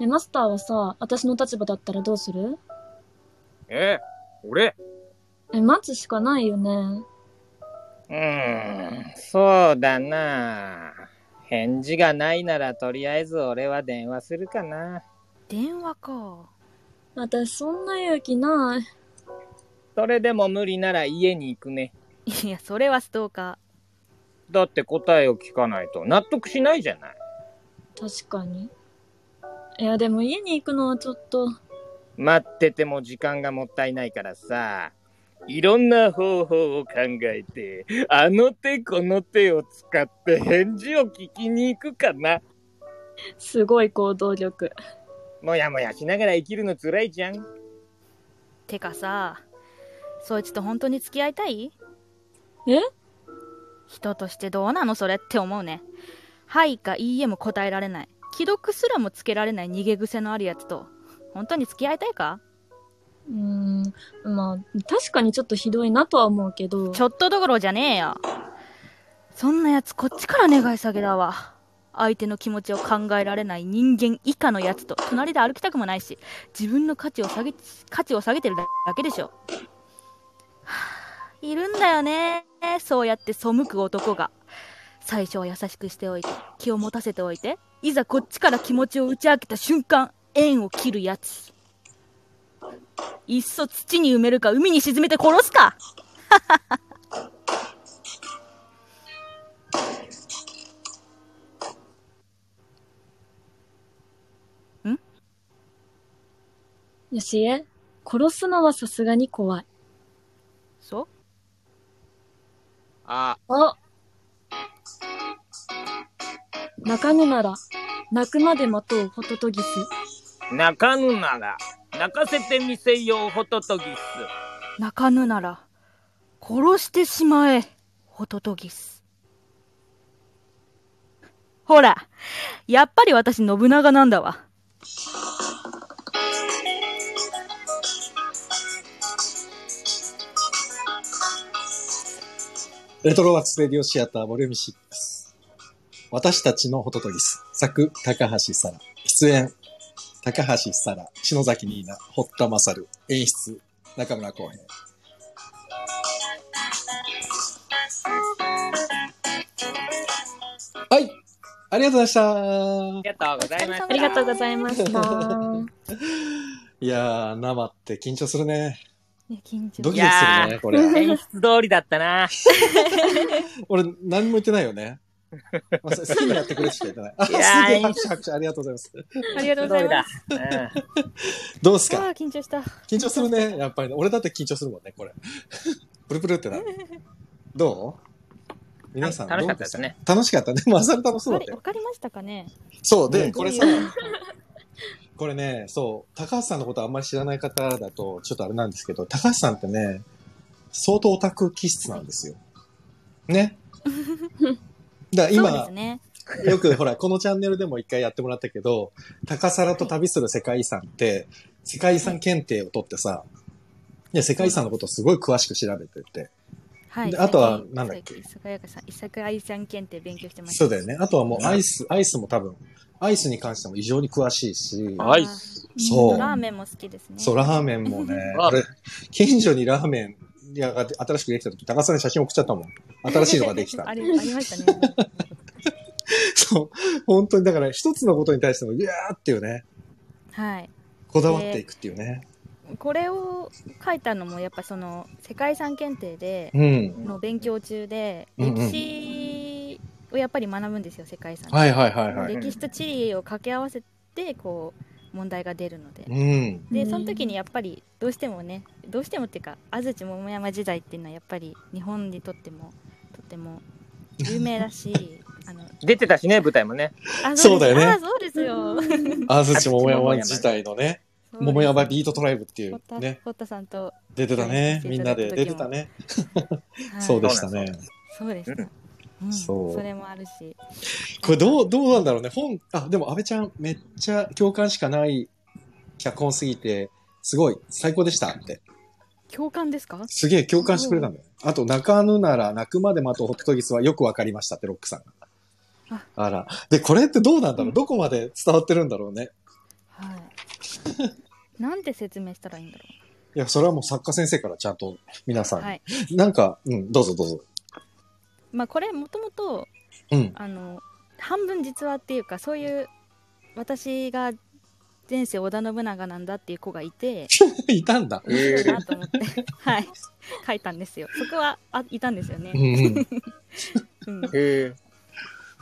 [SPEAKER 4] ねマスターはさ、私の立場だったらどうする
[SPEAKER 3] え俺
[SPEAKER 4] え、待つしかないよね。
[SPEAKER 3] うーん、そうだな。返事がないならとりあえず俺は電話するかな。
[SPEAKER 2] 電話か
[SPEAKER 4] 私そんな勇気ない。
[SPEAKER 3] それでも無理なら家に行くね。
[SPEAKER 2] いやそれはストーカ
[SPEAKER 3] だって答えを聞かないと納得しないじゃない。
[SPEAKER 4] 確かに。いや、でも家に行くのはちょっと。
[SPEAKER 3] 待ってても時間がもったいないからさ。いろんな方法を考えて、あの手この手を使って返事を聞きに行くかな。
[SPEAKER 4] すごい行動力。
[SPEAKER 3] もやもやしながら生きるの辛いじゃん。
[SPEAKER 2] ーてかさそいつと本当に付き合いたい
[SPEAKER 4] え
[SPEAKER 2] 人としてどうなのそれって思うねはいかいいえも答えられない既読すらもつけられない逃げ癖のあるやつと本当に付き合いたいか
[SPEAKER 4] うーん。まあ、確かにちょっとひどいなとは思うけど。
[SPEAKER 2] ちょっとどころじゃねえよそんなやつこっちから願い下げだわ相手の気持ちを考えられない人間以下のやつと隣で歩きたくもないし自分の価値を下げ価値を下げてるだけでしょはあいるんだよねそうやって背く男が最初は優しくしておいて気を持たせておいていざこっちから気持ちを打ち明けた瞬間縁を切るやついっそ土に埋めるか海に沈めて殺すか
[SPEAKER 4] よしえ、殺すのはさすがに怖い。
[SPEAKER 2] そう
[SPEAKER 3] あ、
[SPEAKER 4] あ泣かぬなら、泣くまで待とう、ホトトギス。
[SPEAKER 3] 泣かぬなら、泣かせてみせようホトトギス。
[SPEAKER 2] 泣かぬなら殺してしまえホトトギスほらやっぱり私信長なんだわ
[SPEAKER 1] レトロワーツレディオシアターボリューム6。私たちのホトトギス。作、高橋沙羅。出演、高橋沙羅、篠崎ニーナ、堀田勝。演出、中村光平。はい。ありがとうございまし
[SPEAKER 3] ありがとうございま
[SPEAKER 4] あ
[SPEAKER 3] し
[SPEAKER 4] り
[SPEAKER 3] た
[SPEAKER 4] が。とうございました。
[SPEAKER 1] た。いやー、生って緊張するね。
[SPEAKER 2] 緊
[SPEAKER 1] ドキドキする
[SPEAKER 3] いや
[SPEAKER 1] ね、これ。
[SPEAKER 3] 演出通りだったな。
[SPEAKER 1] 俺、何も言ってないよね。まあ好きにやってくれしか言ってない。あ、す
[SPEAKER 3] い
[SPEAKER 1] げ
[SPEAKER 3] や
[SPEAKER 1] え
[SPEAKER 3] ー
[SPEAKER 1] 拍手拍手、ありがとうございます。
[SPEAKER 2] ありがとうございます
[SPEAKER 3] 通りだ。うん
[SPEAKER 1] どうですか
[SPEAKER 2] あー緊張した
[SPEAKER 1] 緊張するね、やっぱりね。俺だって緊張するもんね、これ。プルプルってなる。どう皆さん、
[SPEAKER 3] 楽しか
[SPEAKER 1] ど
[SPEAKER 3] った
[SPEAKER 1] う
[SPEAKER 3] で
[SPEAKER 1] し
[SPEAKER 3] すね。
[SPEAKER 1] た楽しかったね。マサル楽しそう
[SPEAKER 2] あ
[SPEAKER 1] だっ
[SPEAKER 2] れ
[SPEAKER 1] た
[SPEAKER 2] わ
[SPEAKER 1] よ。
[SPEAKER 2] かりましたかね
[SPEAKER 1] そう、
[SPEAKER 2] う
[SPEAKER 1] で、
[SPEAKER 2] ん
[SPEAKER 1] これさ、これね、そう、高橋さんのことあんまり知らない方だと、ちょっとあれなんですけど、高橋さんってね、相当オタク気質なんですよ。 ね。だから
[SPEAKER 2] そうで
[SPEAKER 1] 今
[SPEAKER 2] す、ね
[SPEAKER 1] よくほら、このチャンネルでも一回やってもらったけど、高皿と旅する世界遺産って、世界遺産検定を取ってさ、で、世界遺産のことをすごい詳しく調べてて。
[SPEAKER 2] はい。
[SPEAKER 1] であとはなんだっけ
[SPEAKER 2] 最近酒屋さん、一作愛さん検定勉強してました。
[SPEAKER 1] そうだよね。あとはもうアイス、アイスも多分、アイスに関しても異常に詳しいし、
[SPEAKER 2] い
[SPEAKER 3] アイス。、
[SPEAKER 1] そう
[SPEAKER 2] ラーメンも好きですね。
[SPEAKER 1] そう、ラーメンもね
[SPEAKER 3] あ
[SPEAKER 1] 俺、近所にラーメン屋が新しくできた時、高さんに写真送っちゃったもん。新しいのができ
[SPEAKER 2] あ
[SPEAKER 1] た。
[SPEAKER 2] りありましたね。
[SPEAKER 1] そう。本当にだから、一つのことに対しても、いやーっていうね、
[SPEAKER 2] はい。
[SPEAKER 1] こだわっていくっていうね。
[SPEAKER 2] これを書いたのもやっぱその世界遺産検定で
[SPEAKER 1] うん。
[SPEAKER 2] の勉強中で
[SPEAKER 1] うんうん
[SPEAKER 2] 歴史をやっぱり学ぶんですよ世界遺産。
[SPEAKER 1] はいはいはいはい。
[SPEAKER 2] 歴史と地理を掛け合わせてこう問題が出るので。
[SPEAKER 1] うん。
[SPEAKER 2] でその時にやっぱりどうしてもねどうしてもっていうか安土桃山時代っていうのはやっぱり日本にとってもとっても有名 だしあの
[SPEAKER 3] 出てたしね、舞台もね。
[SPEAKER 2] あ
[SPEAKER 1] そうだよね
[SPEAKER 2] あそうですよ
[SPEAKER 1] 安土桃山自体 のね、桃山ビートトライブってい
[SPEAKER 2] ホッ
[SPEAKER 1] う
[SPEAKER 2] タ
[SPEAKER 1] ね、
[SPEAKER 2] ホッタさんと、
[SPEAKER 1] 出てたね。
[SPEAKER 2] はい
[SPEAKER 1] みんなで出
[SPEAKER 2] 出て
[SPEAKER 1] て
[SPEAKER 2] た
[SPEAKER 1] た
[SPEAKER 2] 時
[SPEAKER 1] ね。
[SPEAKER 2] はい
[SPEAKER 1] そうでしたね。
[SPEAKER 2] そうでした、うん、
[SPEAKER 1] そう
[SPEAKER 2] それもあるし
[SPEAKER 1] これどう、どうなんだろうね。本、あ、でも安倍ちゃんめっちゃ共感しかない脚本すぎて、すごい、最高でしたって。
[SPEAKER 2] 共感ですか
[SPEAKER 1] すげえ共感してくれたんだよ。あと、泣かぬなら泣くまで待とうホットトギスはよくわかりましたって、ロックさんが
[SPEAKER 2] あ。
[SPEAKER 1] あら。で、これってどうなんだろうどこまで伝わってるんだろうね。
[SPEAKER 2] はいなんて説明したらいいんだろ
[SPEAKER 1] いや、それはもう作家先生からちゃんと皆さ
[SPEAKER 2] うは
[SPEAKER 1] ん
[SPEAKER 2] い
[SPEAKER 1] に。なんか、うん、どうぞどうぞ。
[SPEAKER 2] まあこれもともと
[SPEAKER 1] うん。
[SPEAKER 2] あの半分実話っていうかそういう私が前世織田信長なんだっていう子がいて
[SPEAKER 1] いたんだ。
[SPEAKER 3] えー
[SPEAKER 2] いいなと 思ってはい書いたんですよそこはあいたんですよね
[SPEAKER 1] う、んうん。
[SPEAKER 2] うん、
[SPEAKER 3] えー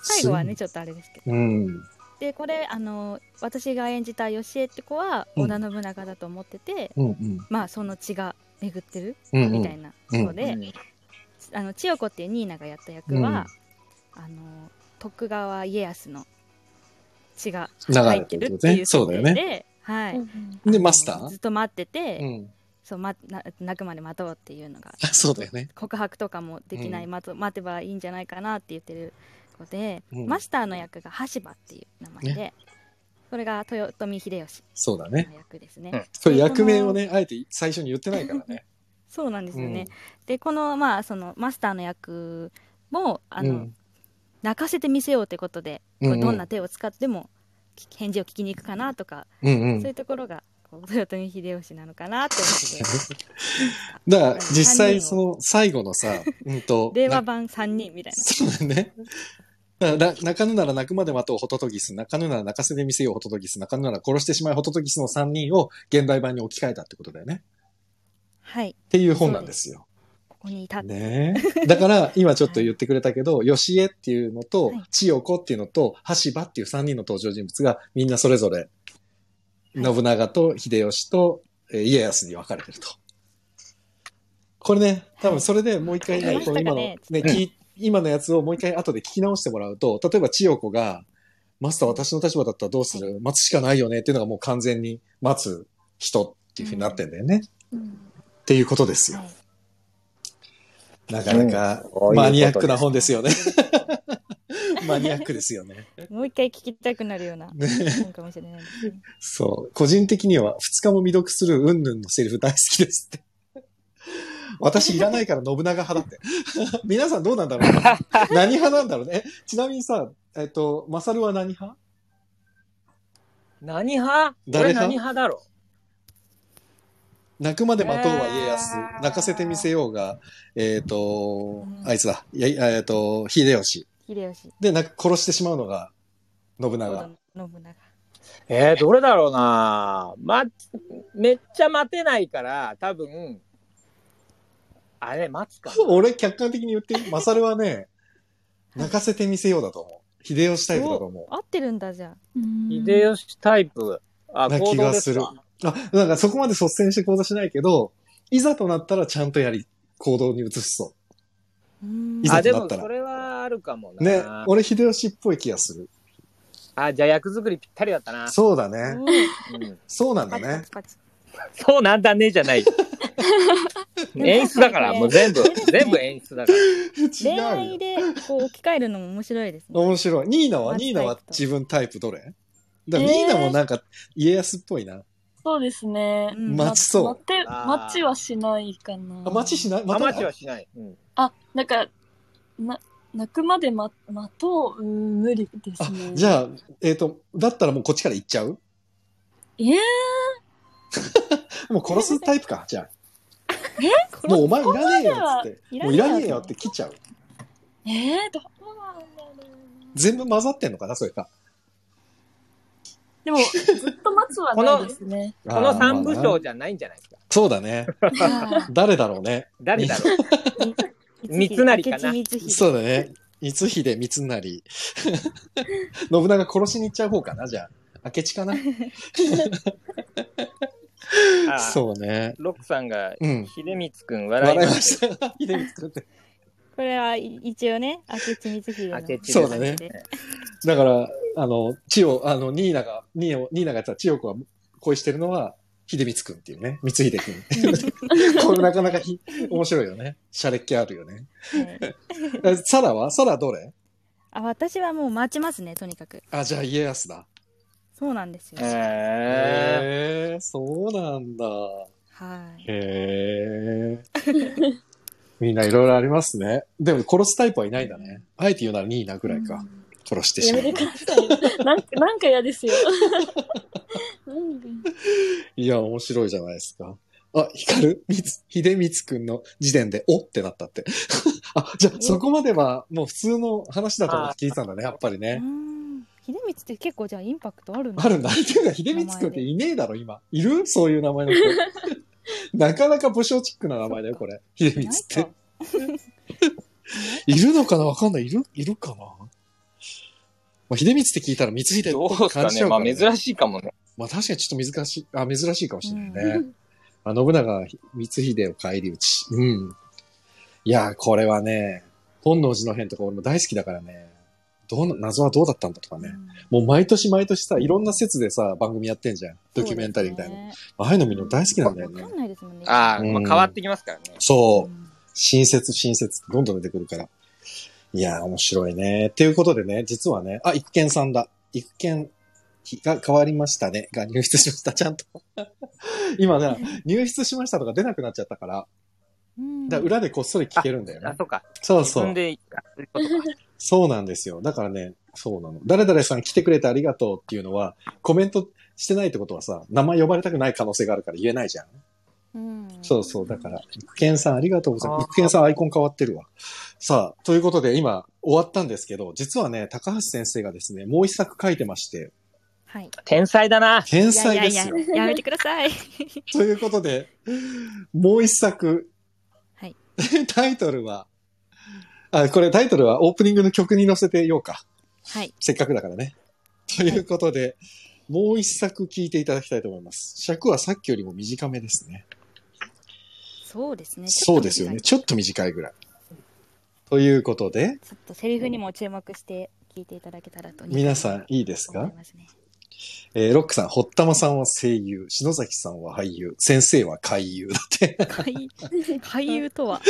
[SPEAKER 2] 最後はねちょっとあれですけど
[SPEAKER 1] うん。
[SPEAKER 2] でこれあの私が演じた吉江って子は
[SPEAKER 1] うん
[SPEAKER 2] 織田信長だと思ってて、
[SPEAKER 1] うんうん。
[SPEAKER 2] まあその血が巡ってる
[SPEAKER 1] うんう
[SPEAKER 2] みたい
[SPEAKER 1] ん。
[SPEAKER 2] な
[SPEAKER 1] うん
[SPEAKER 2] 子で、あの千代子っていうニーナがやった役は、あの徳川家康の血が入ってる
[SPEAKER 1] 流れて
[SPEAKER 2] って
[SPEAKER 1] るってこと
[SPEAKER 2] い
[SPEAKER 1] ね
[SPEAKER 2] う
[SPEAKER 1] そうだよね
[SPEAKER 2] 設定で、はい、
[SPEAKER 1] で、マスタ
[SPEAKER 2] ず
[SPEAKER 1] ー
[SPEAKER 2] っと待ってて、
[SPEAKER 1] うん。
[SPEAKER 2] そうま、な泣くまで待とうっていうのが
[SPEAKER 1] あそうだよね。
[SPEAKER 2] 告白とかもできない、
[SPEAKER 1] うん
[SPEAKER 2] 待と待てばいいんじゃないかなって言ってる子で、
[SPEAKER 1] うん
[SPEAKER 2] マスターの役が橋場っていう名前で、それが豊臣秀吉
[SPEAKER 1] そうだね。
[SPEAKER 2] の役ですね。
[SPEAKER 3] うん
[SPEAKER 1] それ役名をね、あえて最初に言ってないからね。
[SPEAKER 2] そうなん ですよね、
[SPEAKER 1] うん
[SPEAKER 2] でこの,、まあそのマスターの役もあの、
[SPEAKER 1] うん
[SPEAKER 2] 泣かせてみせようってことで
[SPEAKER 1] うんう
[SPEAKER 2] こ
[SPEAKER 1] ん
[SPEAKER 2] れどんな手を使ってもき返事を聞きに行くかなとか、
[SPEAKER 1] うんうん
[SPEAKER 2] そういうところがこう豊臣秀吉なのかなって思って
[SPEAKER 1] だから、実際、その、最後の さ、うんと、
[SPEAKER 2] 令和
[SPEAKER 1] な
[SPEAKER 2] 版3人みたいな
[SPEAKER 1] そうだね。だからな泣かぬなら泣くまで待とうホトトギス、泣かぬなら泣かせてみせようホトトギス、泣かぬなら殺してしまいホトトギスの3人を現代版に置き換えたってことだよね。
[SPEAKER 2] はい
[SPEAKER 1] っていう本なんですよ。
[SPEAKER 2] ここにいた、
[SPEAKER 1] ねえ。だ から、今ちょっと言ってくれたけど、よしえっていうのと
[SPEAKER 2] はい、
[SPEAKER 1] 千代子っていうのと、橋場っていう3人の登場人物が、みんなそれぞれ、
[SPEAKER 2] はい
[SPEAKER 1] 信長と秀吉とえー家康に分かれてると。これね、多分それでもう一回
[SPEAKER 2] はい
[SPEAKER 1] ね、この今の、
[SPEAKER 2] わかり
[SPEAKER 1] ね、
[SPEAKER 2] ま
[SPEAKER 1] き今のやつをもう一回後で聞き直してもらうと、例えば千代子が、マスター私の立場だったらどうする待つしかないよねっていうのがもう完全に待つ人っていうふうになってんだよね。っていうことですよ
[SPEAKER 2] は。い
[SPEAKER 1] なかなか
[SPEAKER 3] うん
[SPEAKER 1] マニアックな本ですよね。 マニアックですよね。
[SPEAKER 2] もう一回聞きたくなるような
[SPEAKER 1] ね
[SPEAKER 2] 本かもしれないですね。
[SPEAKER 1] そう。個人的には2日も未読するうんぬんのセリフ大好きですって。私いらないから信長派だって。皆さんどうなんだろう何派なんだろうね。えちなみにさ、えっと、マサルは何派
[SPEAKER 3] 何派こ
[SPEAKER 1] 誰
[SPEAKER 3] れ
[SPEAKER 1] 派
[SPEAKER 3] 何派だろ
[SPEAKER 1] 泣くまで待とうは家康。泣かせてみせようが、えっと、あいつだ。いやえっと、秀吉。
[SPEAKER 2] 秀吉、
[SPEAKER 1] で、なんか殺してしまうのが信
[SPEAKER 2] 織
[SPEAKER 1] 長
[SPEAKER 2] 田。信長。
[SPEAKER 3] うえー、どれだろうなま、めっちゃ待てないから、多分、あれ、待つかな。
[SPEAKER 1] 俺、客観的に言っていい、マサルはね、泣かせてみせようだと思う。秀吉タイプだと思
[SPEAKER 2] 合ってるんだじゃあ。
[SPEAKER 3] 秀吉タイプ。あ、
[SPEAKER 1] な
[SPEAKER 3] 行
[SPEAKER 1] 気
[SPEAKER 3] 動
[SPEAKER 1] が
[SPEAKER 3] ですす
[SPEAKER 1] るう。
[SPEAKER 3] か。
[SPEAKER 1] あ、なんかそこまで率先して行動しないけど、いざとなったらちゃんとやり、行動に移しそう
[SPEAKER 2] ーん
[SPEAKER 1] いざ
[SPEAKER 3] あ、で
[SPEAKER 1] とな
[SPEAKER 3] も
[SPEAKER 1] ったら
[SPEAKER 3] それはあるかも
[SPEAKER 1] う。
[SPEAKER 3] な。
[SPEAKER 1] ね、俺、秀吉っぽい気がする。
[SPEAKER 3] あ、じゃあ役作りぴったりだったな。
[SPEAKER 1] そうだ
[SPEAKER 2] お
[SPEAKER 1] ね。
[SPEAKER 2] ー
[SPEAKER 3] うん
[SPEAKER 1] そうなんだ
[SPEAKER 2] パチパ
[SPEAKER 1] ね
[SPEAKER 2] チ。パチ。
[SPEAKER 3] そうなんだねじゃない。 演出だから、もう全部、全部演出だ から。
[SPEAKER 1] 違
[SPEAKER 2] 恋
[SPEAKER 1] う
[SPEAKER 2] 愛
[SPEAKER 1] よ。
[SPEAKER 2] でこう置き換えるのも面白いですね。
[SPEAKER 1] 面白い。ニーナは、
[SPEAKER 2] マジ
[SPEAKER 1] ニ
[SPEAKER 2] タイ
[SPEAKER 1] ーナ
[SPEAKER 2] プと
[SPEAKER 1] は自分タイプどれだからニーナもなんか、家康っぽいな。
[SPEAKER 4] そうですね。
[SPEAKER 2] うん
[SPEAKER 1] 待ちそう
[SPEAKER 4] 待って、
[SPEAKER 3] あー
[SPEAKER 4] 待ちはしないかな。
[SPEAKER 1] あ、待ちしない
[SPEAKER 3] ア
[SPEAKER 1] 待た
[SPEAKER 3] マ
[SPEAKER 1] ない
[SPEAKER 3] チはしない。うん
[SPEAKER 4] あ、なんか、な、泣くまで待、待とう、うん、無理です
[SPEAKER 1] あ
[SPEAKER 4] ね。、
[SPEAKER 1] じ
[SPEAKER 4] ゃ
[SPEAKER 1] ゃあ、えっ、と、だったらもうこっちから行っちゃう
[SPEAKER 4] えー、
[SPEAKER 1] もう殺すタイ プか、じゃあ。
[SPEAKER 4] 殺
[SPEAKER 1] もうお前いらねえよっつって。
[SPEAKER 4] いら
[SPEAKER 1] もういらねえよって切っちゃう。
[SPEAKER 4] えー、どうなんだろうな。
[SPEAKER 1] 全部混ざってんのかな、それか。
[SPEAKER 4] でも、ずっと待つはないですね。
[SPEAKER 3] この
[SPEAKER 1] 三
[SPEAKER 3] 三部
[SPEAKER 1] 章
[SPEAKER 3] 章じゃないんじゃないですか。
[SPEAKER 1] そうだね。
[SPEAKER 4] はい
[SPEAKER 1] 誰だろう ね。
[SPEAKER 3] 誰だろう。三成かな
[SPEAKER 2] 明智光秀
[SPEAKER 1] そうだね。光秀、三成。 信長殺しに行っちゃう方かな、じゃあ。明智かな。
[SPEAKER 3] あ
[SPEAKER 1] そうね。
[SPEAKER 3] ロックさんが、
[SPEAKER 1] うん。
[SPEAKER 3] 秀光くん
[SPEAKER 1] 笑
[SPEAKER 3] 笑い
[SPEAKER 1] い
[SPEAKER 3] ま
[SPEAKER 1] ま
[SPEAKER 3] し
[SPEAKER 1] した。 秀光君って
[SPEAKER 2] これは一応ね、明智光秀の。
[SPEAKER 3] 明智です
[SPEAKER 1] そうだねだから、あの、千代、あの、ニーナが、ニーナニーナがやってた千代子が恋してるのは、秀光くんっていうね。光秀く ん。これなかなかひ面白いよね。シャレっ気あるよね。
[SPEAKER 2] はい
[SPEAKER 1] えサラはサラどれ
[SPEAKER 2] あ私はもう待ちますね、とにかく。
[SPEAKER 1] あ、じゃあ家康だ。
[SPEAKER 2] そうなんですよ。
[SPEAKER 3] た。
[SPEAKER 2] はい。
[SPEAKER 3] へ
[SPEAKER 1] へえ、そうなんだ。へえ。 みんないろいろありますね。でも殺すタイプはいないんだね。あえて言うならニーナぐらいか。殺してし
[SPEAKER 4] や
[SPEAKER 1] ま
[SPEAKER 4] め
[SPEAKER 1] う
[SPEAKER 4] て。ください。なんか、なんか嫌 ですよ。なんか
[SPEAKER 1] いや、面白いじゃないですか。あ、ヒカル、みつ、ひでみつくんの時点で、おってなったって。 あ、じゃあ、そこまでは、もう普通の話だと思って聞いてたんだね、やっぱり
[SPEAKER 2] うー
[SPEAKER 1] ね。
[SPEAKER 2] ん秀光って結構じゃあインパクトあるんだ
[SPEAKER 1] あるんだ。ていうか、ひでみつくんっていねえだろ、今。いるそういう名前の 人。なかなか武将チックな名前だよ、これ。ひでみつって。いるのかなわかんない。いる、いるかなまあ、ひでみつって聞いたら、みつひ
[SPEAKER 3] え。
[SPEAKER 1] で
[SPEAKER 3] どうですかね。まあ珍しいかもね。
[SPEAKER 1] まあ確かにちょっと難しい、あ、珍しいかもしれないね。
[SPEAKER 4] うん
[SPEAKER 1] まあ、信長、光秀を返り討ち。うん。いやー、これはね、本能寺の変とか俺も大好きだからね、どうな、謎はどうだったんだとかね。もう毎年毎年さ、いろんな説でさ、番組やってんじゃん。ドキュメンタリーみたいな。
[SPEAKER 2] な。
[SPEAKER 1] ああいうの見るの大好きなんだよ
[SPEAKER 2] わ
[SPEAKER 1] ね
[SPEAKER 2] か。んないですもんね。
[SPEAKER 3] ああ、
[SPEAKER 1] うん
[SPEAKER 3] まあ変わってきますからね。
[SPEAKER 1] そうう。
[SPEAKER 2] ん
[SPEAKER 1] 新説、新説ってどんどん出てくるから。いやー、面白いね。っていうことでね、実はね、あ、育賢さんだ。育賢が変わりましたね。が入室しました。ちゃんと。 今ね、入室しましたとか出なくなっちゃったから、
[SPEAKER 2] うん
[SPEAKER 1] だから裏でこっそり聞けるんだよ
[SPEAKER 3] あ、
[SPEAKER 1] ね。
[SPEAKER 3] そうか。
[SPEAKER 1] そう
[SPEAKER 3] 自
[SPEAKER 1] そ
[SPEAKER 3] 分
[SPEAKER 1] う。
[SPEAKER 3] で、あそういうことか
[SPEAKER 1] そうなんですよ。だからね、そうなの。誰々さん来てくれてありがとうっていうのは、コメントしてないってことはさ、名前呼ばれたくない可能性があるから言えないじゃん。
[SPEAKER 2] うん
[SPEAKER 1] そうそう。だから、育賢さんありがとうございま
[SPEAKER 3] あ
[SPEAKER 1] す。
[SPEAKER 3] ー
[SPEAKER 1] 育賢さんアイコン変わってるわ。さあ、ということで今終わったんですけど、実はね、高橋先生がですね、もう一作書いてまして、
[SPEAKER 2] はい。
[SPEAKER 3] 天才だ な。
[SPEAKER 1] 天
[SPEAKER 2] いや
[SPEAKER 1] 才
[SPEAKER 2] いや
[SPEAKER 1] で
[SPEAKER 2] い
[SPEAKER 1] す
[SPEAKER 2] や
[SPEAKER 1] よ。、
[SPEAKER 2] やめてくだ さい。
[SPEAKER 1] ということで、もう一作。
[SPEAKER 2] はい
[SPEAKER 1] タイトルは、あ、これタイトルはオープニングの曲に載せてようか。
[SPEAKER 2] はい。
[SPEAKER 1] せっかくだからね。ということで、もう一作聞いていただきたいと思います。尺はさっきよりも短めですね。
[SPEAKER 2] そうですね。
[SPEAKER 1] そうですよね。
[SPEAKER 2] ち
[SPEAKER 1] ちょっと短いぐらい。ということで、
[SPEAKER 2] ょっとセリフにも注目して聞いていただけたらと。
[SPEAKER 1] 皆さんいいですか
[SPEAKER 2] 思います ね
[SPEAKER 1] えーロックさん、ホッタマさんは声優、篠崎さんは俳優、先生は俳優だって。
[SPEAKER 2] 俳俳優とは。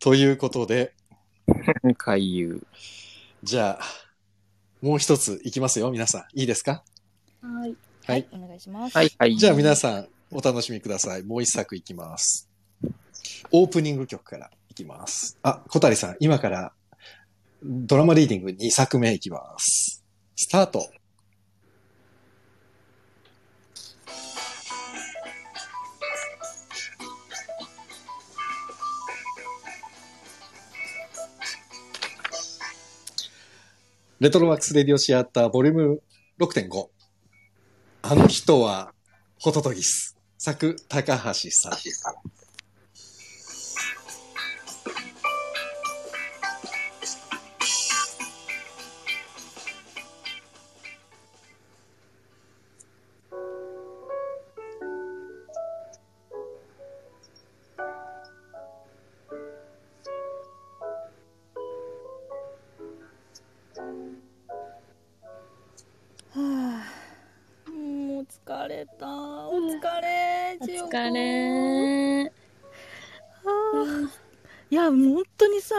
[SPEAKER 1] ということで、
[SPEAKER 3] 回遊。
[SPEAKER 1] じゃあ、もう一ついきますよ、皆さん。いいですか
[SPEAKER 4] はい。
[SPEAKER 1] は
[SPEAKER 2] はいい。お願いします。
[SPEAKER 3] はい。はい。
[SPEAKER 1] じゃあ皆さん、お楽しみください。もう一作いきます。オープニング曲からいきます。あ、小谷さん、今からドラマリーディング2作目いきます。スタート。レトロワックスレディオシアターボリューム6.5。あの人はホトトギス。作、高橋さん。
[SPEAKER 2] はあもう疲れた。お疲れ。
[SPEAKER 4] お
[SPEAKER 2] ジオ
[SPEAKER 4] 疲れ。
[SPEAKER 2] いや、もう本当にさ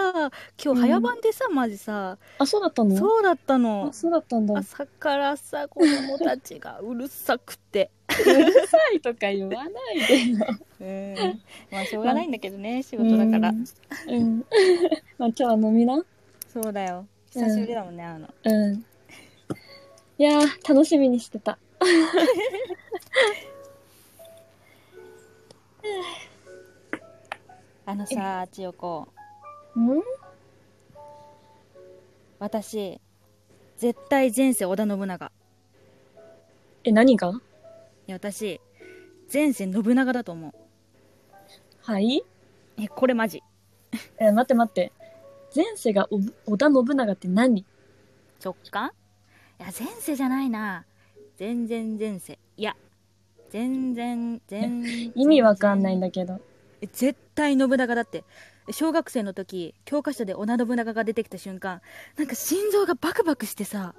[SPEAKER 2] 今日早番でさ、マジさ
[SPEAKER 4] あ、そうだったの
[SPEAKER 2] そうだったの
[SPEAKER 4] あ、そうだったんだ。う
[SPEAKER 2] 朝からさ子供たちがうるさくて、
[SPEAKER 4] るさいとか言わないでよ。
[SPEAKER 2] うん、 まあしょうがないんだけどね仕事だから、
[SPEAKER 4] うん。 うん。 まあ今日は飲みな。
[SPEAKER 2] そうだよ久しぶりだもんね、あの
[SPEAKER 4] うん。いやー、楽しみにしてた。
[SPEAKER 2] あのさ千代子
[SPEAKER 4] うん
[SPEAKER 2] 私絶対前世織田信長い
[SPEAKER 4] え、何が
[SPEAKER 2] や私前世信長だと思う
[SPEAKER 4] はい
[SPEAKER 2] えこれマジ
[SPEAKER 4] え、待って待って。前世がお織田信長って何
[SPEAKER 2] 直感いや前世じゃないな全然前世いや全然全
[SPEAKER 4] 意味わかんないん
[SPEAKER 2] だ
[SPEAKER 4] だけど。
[SPEAKER 2] 絶対信長だって小学生の時教科書で織田信長が出てきた瞬間なんか心臓がバクバクしてさ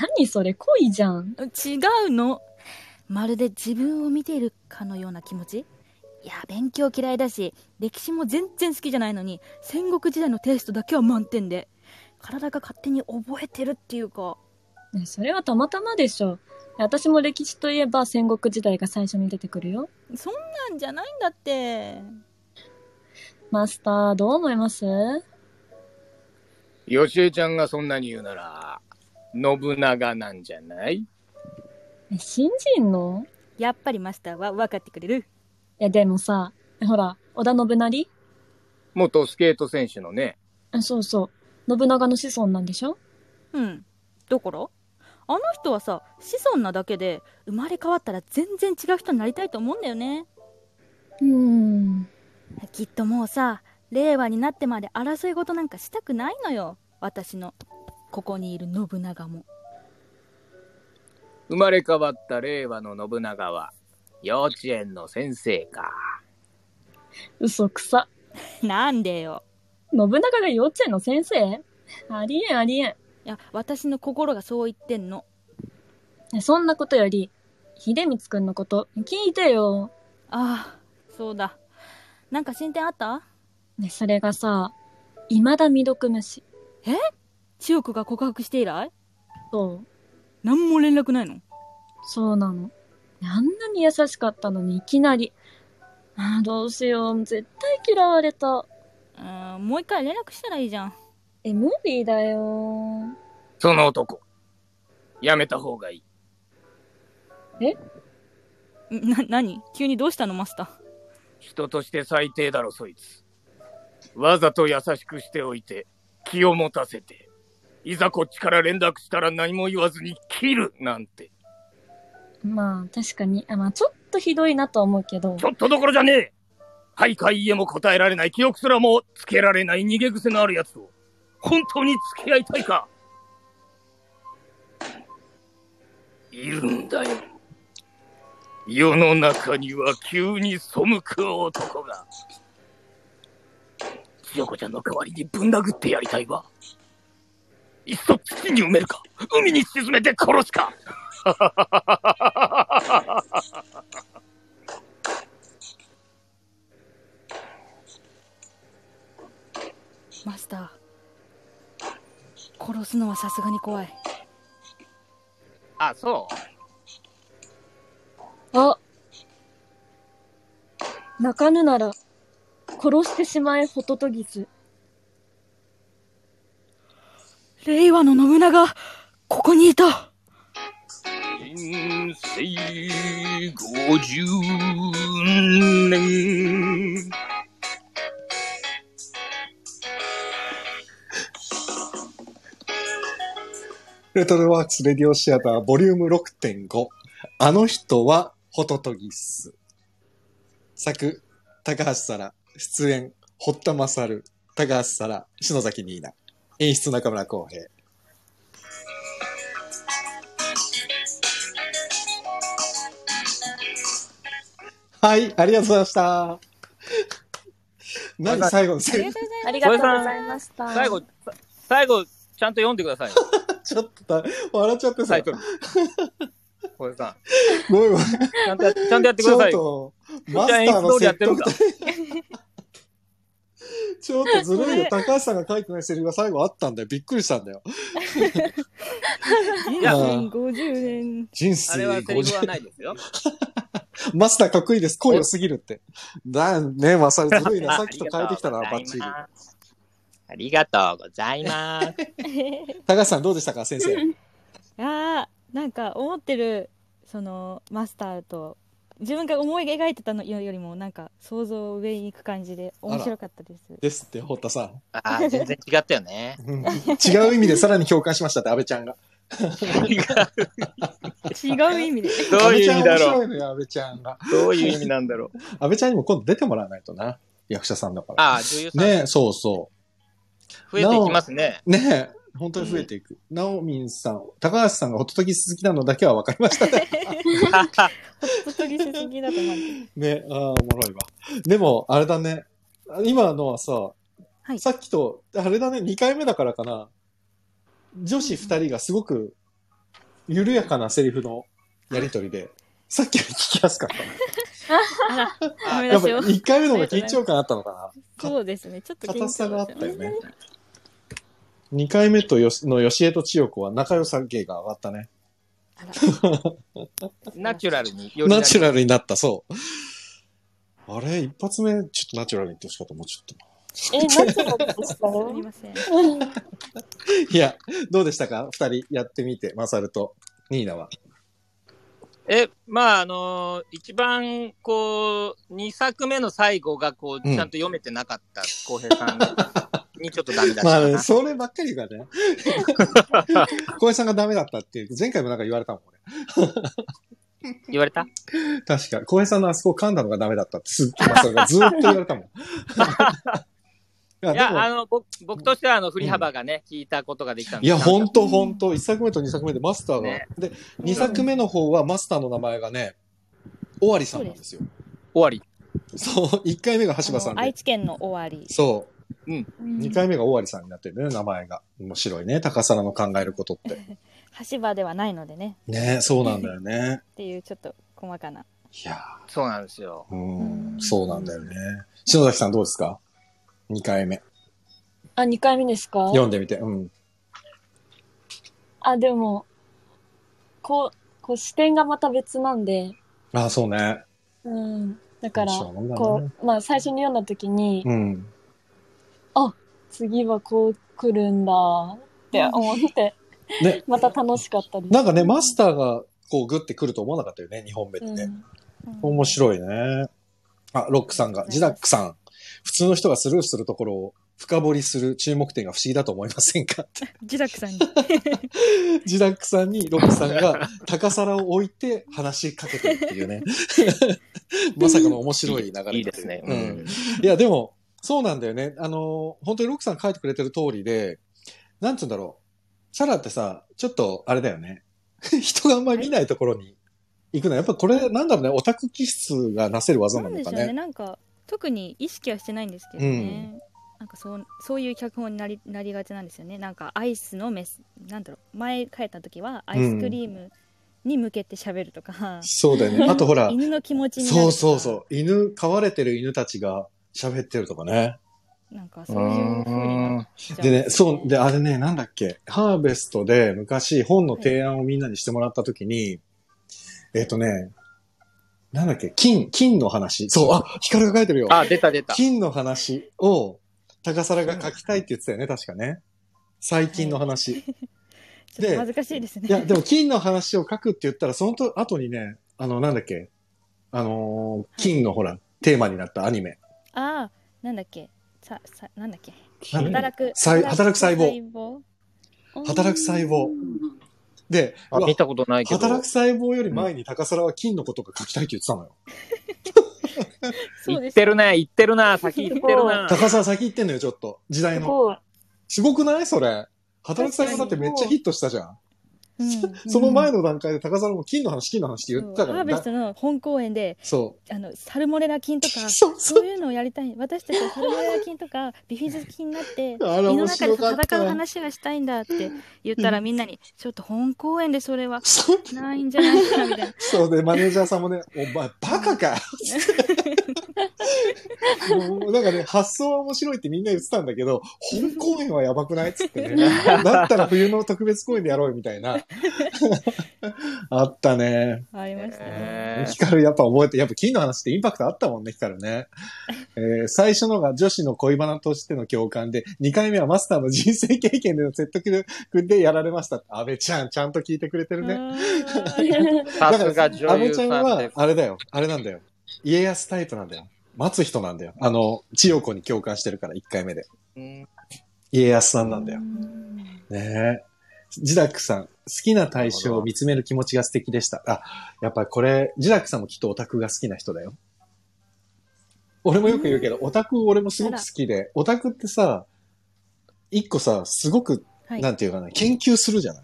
[SPEAKER 4] 何それ恋じゃん。
[SPEAKER 2] 違うのまるで自分を見ているかのような気持ちいや勉強嫌いだし歴史も全然好きじゃないのに戦国時代のテイストだけは満点で体が勝手に覚えてるっていうか
[SPEAKER 4] ねそれはたまたまでしょ。私も歴史といえば戦国時代が最初に出てくるよ。
[SPEAKER 2] そんなんじゃないんだって
[SPEAKER 4] マスター、どう思います
[SPEAKER 3] よしえちゃんがそんなに言うなら、信長なんじゃない
[SPEAKER 4] え信じんの
[SPEAKER 2] やっぱりマスターは分かってくれる
[SPEAKER 4] いや、でもさ、えほら、織田信成
[SPEAKER 3] 元スケート選手のね。
[SPEAKER 4] えそうそう。信長の子孫なんでしょ
[SPEAKER 2] うんだからあの人はさ子孫なだけで生まれ変わったら全然違う人になりたいと思うんだよね
[SPEAKER 4] うーん。
[SPEAKER 2] きっともうさ令和になってまで争い事なんかしたくないのよ私のここにいる信長も
[SPEAKER 3] 生まれ変わった令和の信長は、幼稚園の先生か。
[SPEAKER 4] 嘘くさ。
[SPEAKER 2] なんでよ
[SPEAKER 4] 信長が幼稚園の先生ありえんありえん
[SPEAKER 2] いや私の心がそう言ってんの
[SPEAKER 4] え。そんなことより、秀光くんのこと聞いてよ。
[SPEAKER 2] ああそうだなんか進展あった
[SPEAKER 4] ね、それがさ、未だ未読無視。
[SPEAKER 2] 千代子が告白して以来
[SPEAKER 4] そう。
[SPEAKER 2] 何も連絡ないの
[SPEAKER 4] そうなの。あんなに優しかったのにいきなり。あーどうしよう。絶対嫌われた。
[SPEAKER 2] うーんもう一回連絡したらいいじゃん
[SPEAKER 4] え、無理だよ。
[SPEAKER 3] その男、やめた方がいい。
[SPEAKER 2] んな何急にどうしたのマスター
[SPEAKER 3] 人として最低だろ、そいつ。わざと優しくしておいて、気を持たせて、いざこっちから連絡したら何も言わずに切るなんて。
[SPEAKER 4] まあ、確かに。あまあ、ちょっとひどいなとは思うけど
[SPEAKER 3] ち。ょっとどころじゃねえはいかいいえも答えられない記憶すらもつけられない逃げ癖のあるやつと、本当に付き合いたいかいるんだよ。世の中には急に背く男が。千代子ちゃんの代わりにぶん殴ってやりたいわ。いっそ土に埋めるか、海に沈めて殺すか。
[SPEAKER 2] マスター殺すのはさすがに怖い
[SPEAKER 3] あ、そう
[SPEAKER 4] あ泣かぬなら、殺してしまえ、ホトトギス。
[SPEAKER 2] 令和の信長ここにいた
[SPEAKER 3] 人生五十年。
[SPEAKER 1] レトロワークスレディオシアターボリューム6.5。あの人はホトトギス。作、高橋沙羅。出演、堀田正る高橋沙羅、篠崎ニーナ。演出中村浩平。はい、ありがとうございました。何最後の
[SPEAKER 2] あり
[SPEAKER 1] 最後
[SPEAKER 2] がとうございます
[SPEAKER 4] ありがとうございました。
[SPEAKER 3] 最後、さ最後、ちゃんと読んでください よ。
[SPEAKER 1] ちょっとだ笑っちゃって
[SPEAKER 3] タ
[SPEAKER 1] さ
[SPEAKER 3] イ。トル。小林さ
[SPEAKER 1] ごめんごめん。
[SPEAKER 3] ん、ちゃんとやちゃんとやってください
[SPEAKER 1] ち
[SPEAKER 3] よ。
[SPEAKER 1] ょっと、
[SPEAKER 3] う
[SPEAKER 1] マ
[SPEAKER 3] ちは
[SPEAKER 1] ス
[SPEAKER 3] 演
[SPEAKER 1] ター
[SPEAKER 3] 出
[SPEAKER 1] の
[SPEAKER 3] 通りやっ
[SPEAKER 1] 説
[SPEAKER 3] てるん
[SPEAKER 1] 得
[SPEAKER 3] だ
[SPEAKER 1] と。ちょっとずるいよ。
[SPEAKER 2] こ
[SPEAKER 1] 高橋さんが書いてないセリフが最後あったんだよ。びっくりしたんだよ。
[SPEAKER 2] 人
[SPEAKER 1] いや
[SPEAKER 2] 生50年。
[SPEAKER 1] 人
[SPEAKER 3] あ
[SPEAKER 1] 生
[SPEAKER 3] れはセリフは
[SPEAKER 1] 50。
[SPEAKER 3] ないですよ。
[SPEAKER 1] マスターかっこいいです。声良すぎるって。だね、マサル ずるいな。
[SPEAKER 3] あ
[SPEAKER 1] さっきと変えてきたな、バ
[SPEAKER 3] あ
[SPEAKER 1] ッ
[SPEAKER 3] りがと
[SPEAKER 1] チ
[SPEAKER 3] うござい
[SPEAKER 1] リ。
[SPEAKER 3] ますありがとうございます。
[SPEAKER 1] 高橋さんどうでしたか、先生。
[SPEAKER 2] あーなんか思ってるそのマスターと自分が思い描いてたのよりもなんか想像を上に行く感じで面白かったです。
[SPEAKER 1] ですって、堀田さ ん。
[SPEAKER 3] あー全然違った よね。
[SPEAKER 1] うん違う意味でさらに共感しましたって、安倍ちゃんが。
[SPEAKER 2] 違う意味で。
[SPEAKER 3] どういう意味だ
[SPEAKER 1] 安倍ちゃん面白
[SPEAKER 3] ろう
[SPEAKER 1] いのよ、安倍ちゃんが。
[SPEAKER 3] どういう意味なんだろ う。
[SPEAKER 1] 安倍ちゃんにも今度出てもらわないとな。役者さんだから。
[SPEAKER 3] ああ、女優さん、
[SPEAKER 1] ねそうそう。
[SPEAKER 3] 増えていきますね。
[SPEAKER 1] ねえ、本当に増えていく。なおみんさん、高橋さんがホトトギス好きなのだけは分かりましたね。
[SPEAKER 2] ホットギスぎだと思う。
[SPEAKER 1] ねああ、おもろいわ。でも、あれだね。今のはさ、
[SPEAKER 2] はい
[SPEAKER 1] さっきと、あれだね、2回目だからかな。女子2人がすごく緩やかなセリフのやりとりで、さっきより聞きやすか ったね。
[SPEAKER 2] あら、ダメ
[SPEAKER 1] やっ
[SPEAKER 2] 出
[SPEAKER 1] ぱ
[SPEAKER 2] しを。
[SPEAKER 1] 1回目の方が緊張感あったの か
[SPEAKER 2] そうですね。ちょっと
[SPEAKER 1] な。
[SPEAKER 2] 緊張
[SPEAKER 1] 硬
[SPEAKER 2] しま
[SPEAKER 1] さがあったよ
[SPEAKER 2] す。
[SPEAKER 1] ね。2回目とよしの吉江と千代子は仲良さ芸が上がったね。
[SPEAKER 2] あら
[SPEAKER 3] ナチュラルによりなり
[SPEAKER 1] ナチュラルになった、そう。あれ、一発目、ちょっとナチュラルに言ってほしかった、もうちょっ
[SPEAKER 4] え、なんてことでした
[SPEAKER 2] すみません。
[SPEAKER 1] と。いや、どうでしたか二人やってみて、マサルとニーナは。
[SPEAKER 3] え、まあ、あのー一番、こう、2作目の最後が、こう、
[SPEAKER 1] うん
[SPEAKER 3] ちゃんと読めてなかった、浩平さんにちょっとダメだし
[SPEAKER 1] ま
[SPEAKER 3] た
[SPEAKER 1] あ、
[SPEAKER 3] な。
[SPEAKER 1] そればっかりがね。 小林さんがダメだったっていう、前回もなんか言われたもんね。
[SPEAKER 3] 言われた
[SPEAKER 1] 確か、小林さんのあそこ噛んだのがダメだったって、すっげえマサルがずーっと言われたもん。いや、
[SPEAKER 3] い
[SPEAKER 1] でも
[SPEAKER 3] や、あの、僕、僕としては、あの、振り幅がね、聞いたことができたん
[SPEAKER 1] いや、ほんとほんと。1作目と2作目でマスターが。
[SPEAKER 3] ね
[SPEAKER 1] で、2作目の方はマスターの名前がね、尾張さんなんですよ。
[SPEAKER 3] 終わり。
[SPEAKER 1] そう、1回目が橋場さん
[SPEAKER 2] あの愛
[SPEAKER 1] で。
[SPEAKER 2] 知県の終わり。
[SPEAKER 1] そう。
[SPEAKER 4] うん
[SPEAKER 1] 2回目が尾張さんになってるね、名前が。面白いね、高皿の考えることって。
[SPEAKER 2] 橋場ではないのでね。
[SPEAKER 1] ねそうなんだよね。
[SPEAKER 2] っていうちょっと細かな。
[SPEAKER 1] いや
[SPEAKER 3] そうなんですよ。
[SPEAKER 1] ーうん、そうなんだよね。篠崎さんどうですか ?2 回目。
[SPEAKER 4] あ、2回目ですか
[SPEAKER 1] 読んでみて。うん。
[SPEAKER 4] あ、でも、こう、こう視点がまた別なんで、
[SPEAKER 1] ああ、そうね。
[SPEAKER 4] うん。だから、
[SPEAKER 1] そうなんだね
[SPEAKER 4] こう、まあ最初に読んだ時に、
[SPEAKER 1] うん。
[SPEAKER 4] 次はこう来るんだって思って、
[SPEAKER 1] ね
[SPEAKER 4] また楽しかったです。
[SPEAKER 1] なんかね、マスターがこうグッてくると思わなかったよね、2本目って
[SPEAKER 4] う
[SPEAKER 1] ね。
[SPEAKER 4] ん、
[SPEAKER 1] 面白いね。あ、ロックさんが、ジダックさん。普通の人がスルーするところを深掘りする注目点が不思議だと思いませんか
[SPEAKER 2] ジダクさんに。
[SPEAKER 1] 自宅さんにロックさんが高皿を置いて話しかけてるっていうね。まさかの面白い流れ
[SPEAKER 3] いいですね。
[SPEAKER 1] う
[SPEAKER 3] うんん。
[SPEAKER 1] いや、でも、そうなんだよね。あの、本当にロックさん書いてくれてる通りで、なんつうんだろう。サラってさ、ちょっと、あれだよね。 人があんまり見ないところに行くのは、やっぱこれ、なんだろうね、オタク気質がなせる技
[SPEAKER 2] な
[SPEAKER 1] なんの
[SPEAKER 2] でし
[SPEAKER 1] か
[SPEAKER 2] ょうね
[SPEAKER 1] ね。
[SPEAKER 2] なんか特に意識はしてないんですけどね、なんかそうそういう脚本になりなりがちなんですよねなんかアイスのメスなんだろう前書いた時はアイスクリームに向けて喋るとか、
[SPEAKER 1] そうだよね。あとほら、
[SPEAKER 2] 犬の気持ちになるとか
[SPEAKER 1] そうそうそう。犬、飼われてる犬たちが喋ってるとかね。
[SPEAKER 2] なんかそういう風になっちゃうん
[SPEAKER 1] でね、
[SPEAKER 2] よ
[SPEAKER 1] そう、で、あれね、なんだっけ、ハーベストで昔本の提案をみんなにしてもらったときに、えっ、とね、なんだっけ、金、金の話。そう、あ、ヒカルが書いてるよ。
[SPEAKER 3] あ、出た出た。
[SPEAKER 1] 金の話を、高皿が書きたいって言ってたよね、確かね。最近の 話。い
[SPEAKER 2] ちょっ
[SPEAKER 1] で
[SPEAKER 2] と恥ずかしいですね
[SPEAKER 1] や、でも金の話を書くって言ったら、そのと後にね、あの、なんだっけ、あのー金のほら、テーマになったアニメ。
[SPEAKER 2] ああなんだっけささなんだっけ
[SPEAKER 1] なんだっけ
[SPEAKER 2] 働く
[SPEAKER 1] さい働く細胞
[SPEAKER 2] 細胞
[SPEAKER 1] 働く細胞。で、
[SPEAKER 3] あ
[SPEAKER 1] うわ
[SPEAKER 3] 見たことないけど。
[SPEAKER 1] 働く細胞より前に高皿は金のことが書きたいって言ってたのよ。
[SPEAKER 2] そう
[SPEAKER 3] 言
[SPEAKER 2] で
[SPEAKER 3] っ
[SPEAKER 2] す
[SPEAKER 3] てるね、言ってるな、先行ってるな。
[SPEAKER 1] 高さん先行ってんのよ、ちょっと。時代
[SPEAKER 4] す
[SPEAKER 1] の。
[SPEAKER 4] ごい。
[SPEAKER 1] すごくないそれ。働く細胞だってめっちゃヒットしたじゃん。その前の段階で高皿も金の話、金の話って 言ってた
[SPEAKER 2] そ
[SPEAKER 1] か
[SPEAKER 2] うハ
[SPEAKER 1] ら
[SPEAKER 2] ーベスト
[SPEAKER 1] な。
[SPEAKER 2] の本公演で
[SPEAKER 1] そ
[SPEAKER 2] あのサルモネラ菌とか
[SPEAKER 1] う。そうそ
[SPEAKER 2] そういうのをやりたい私たちはサルモネラ菌とかビフィズ菌になって胃
[SPEAKER 1] う。あれ
[SPEAKER 2] の
[SPEAKER 1] 面
[SPEAKER 2] 中
[SPEAKER 1] 白
[SPEAKER 2] で
[SPEAKER 1] かった。
[SPEAKER 2] 戦う話がしたいんだって言ったらみんなに「ちょっと本公演でそれは
[SPEAKER 1] そう
[SPEAKER 2] ないんじゃないか」みたいな
[SPEAKER 1] そうで、マネージャーさんもね、お前、バカかもうなんかね、発想は面白いってみんな言ってたんだけど、本公演はやばくないっつってね。だったら冬の特別公演でやろうよみたいな。あったね。
[SPEAKER 2] ありましたね。
[SPEAKER 1] ヒカルやっぱ覚えて、やっぱ金の話ってインパクトあったもんね、ヒカルね。えー最初のが女子の恋バナとしての共感で、2回目はマスターの人生経験での説得力でやられました。安倍ちゃん、ちゃんと聞いてくれてるね。
[SPEAKER 3] さすが女
[SPEAKER 1] 安倍
[SPEAKER 3] 優
[SPEAKER 1] ちゃん
[SPEAKER 3] さんで
[SPEAKER 1] は
[SPEAKER 3] す、。
[SPEAKER 1] あれだよ。あれなんだよ。家康タイプなんだよ。待つ人なんだよ。あの、千代子に共感してるから、1回目で。
[SPEAKER 3] うん
[SPEAKER 1] 家康さんなんだよ。ねえ。ジダックさん、好きな対象を見つめる気持ちが素敵でした。あ、やっぱこれ、ジダックさんもきっとオタクが好きな人だよ。俺もよく言うけど、オタク俺もすごく好きで、オタクってさ、一個さ、すごく
[SPEAKER 2] はい
[SPEAKER 1] なんていうかな、研究するじゃない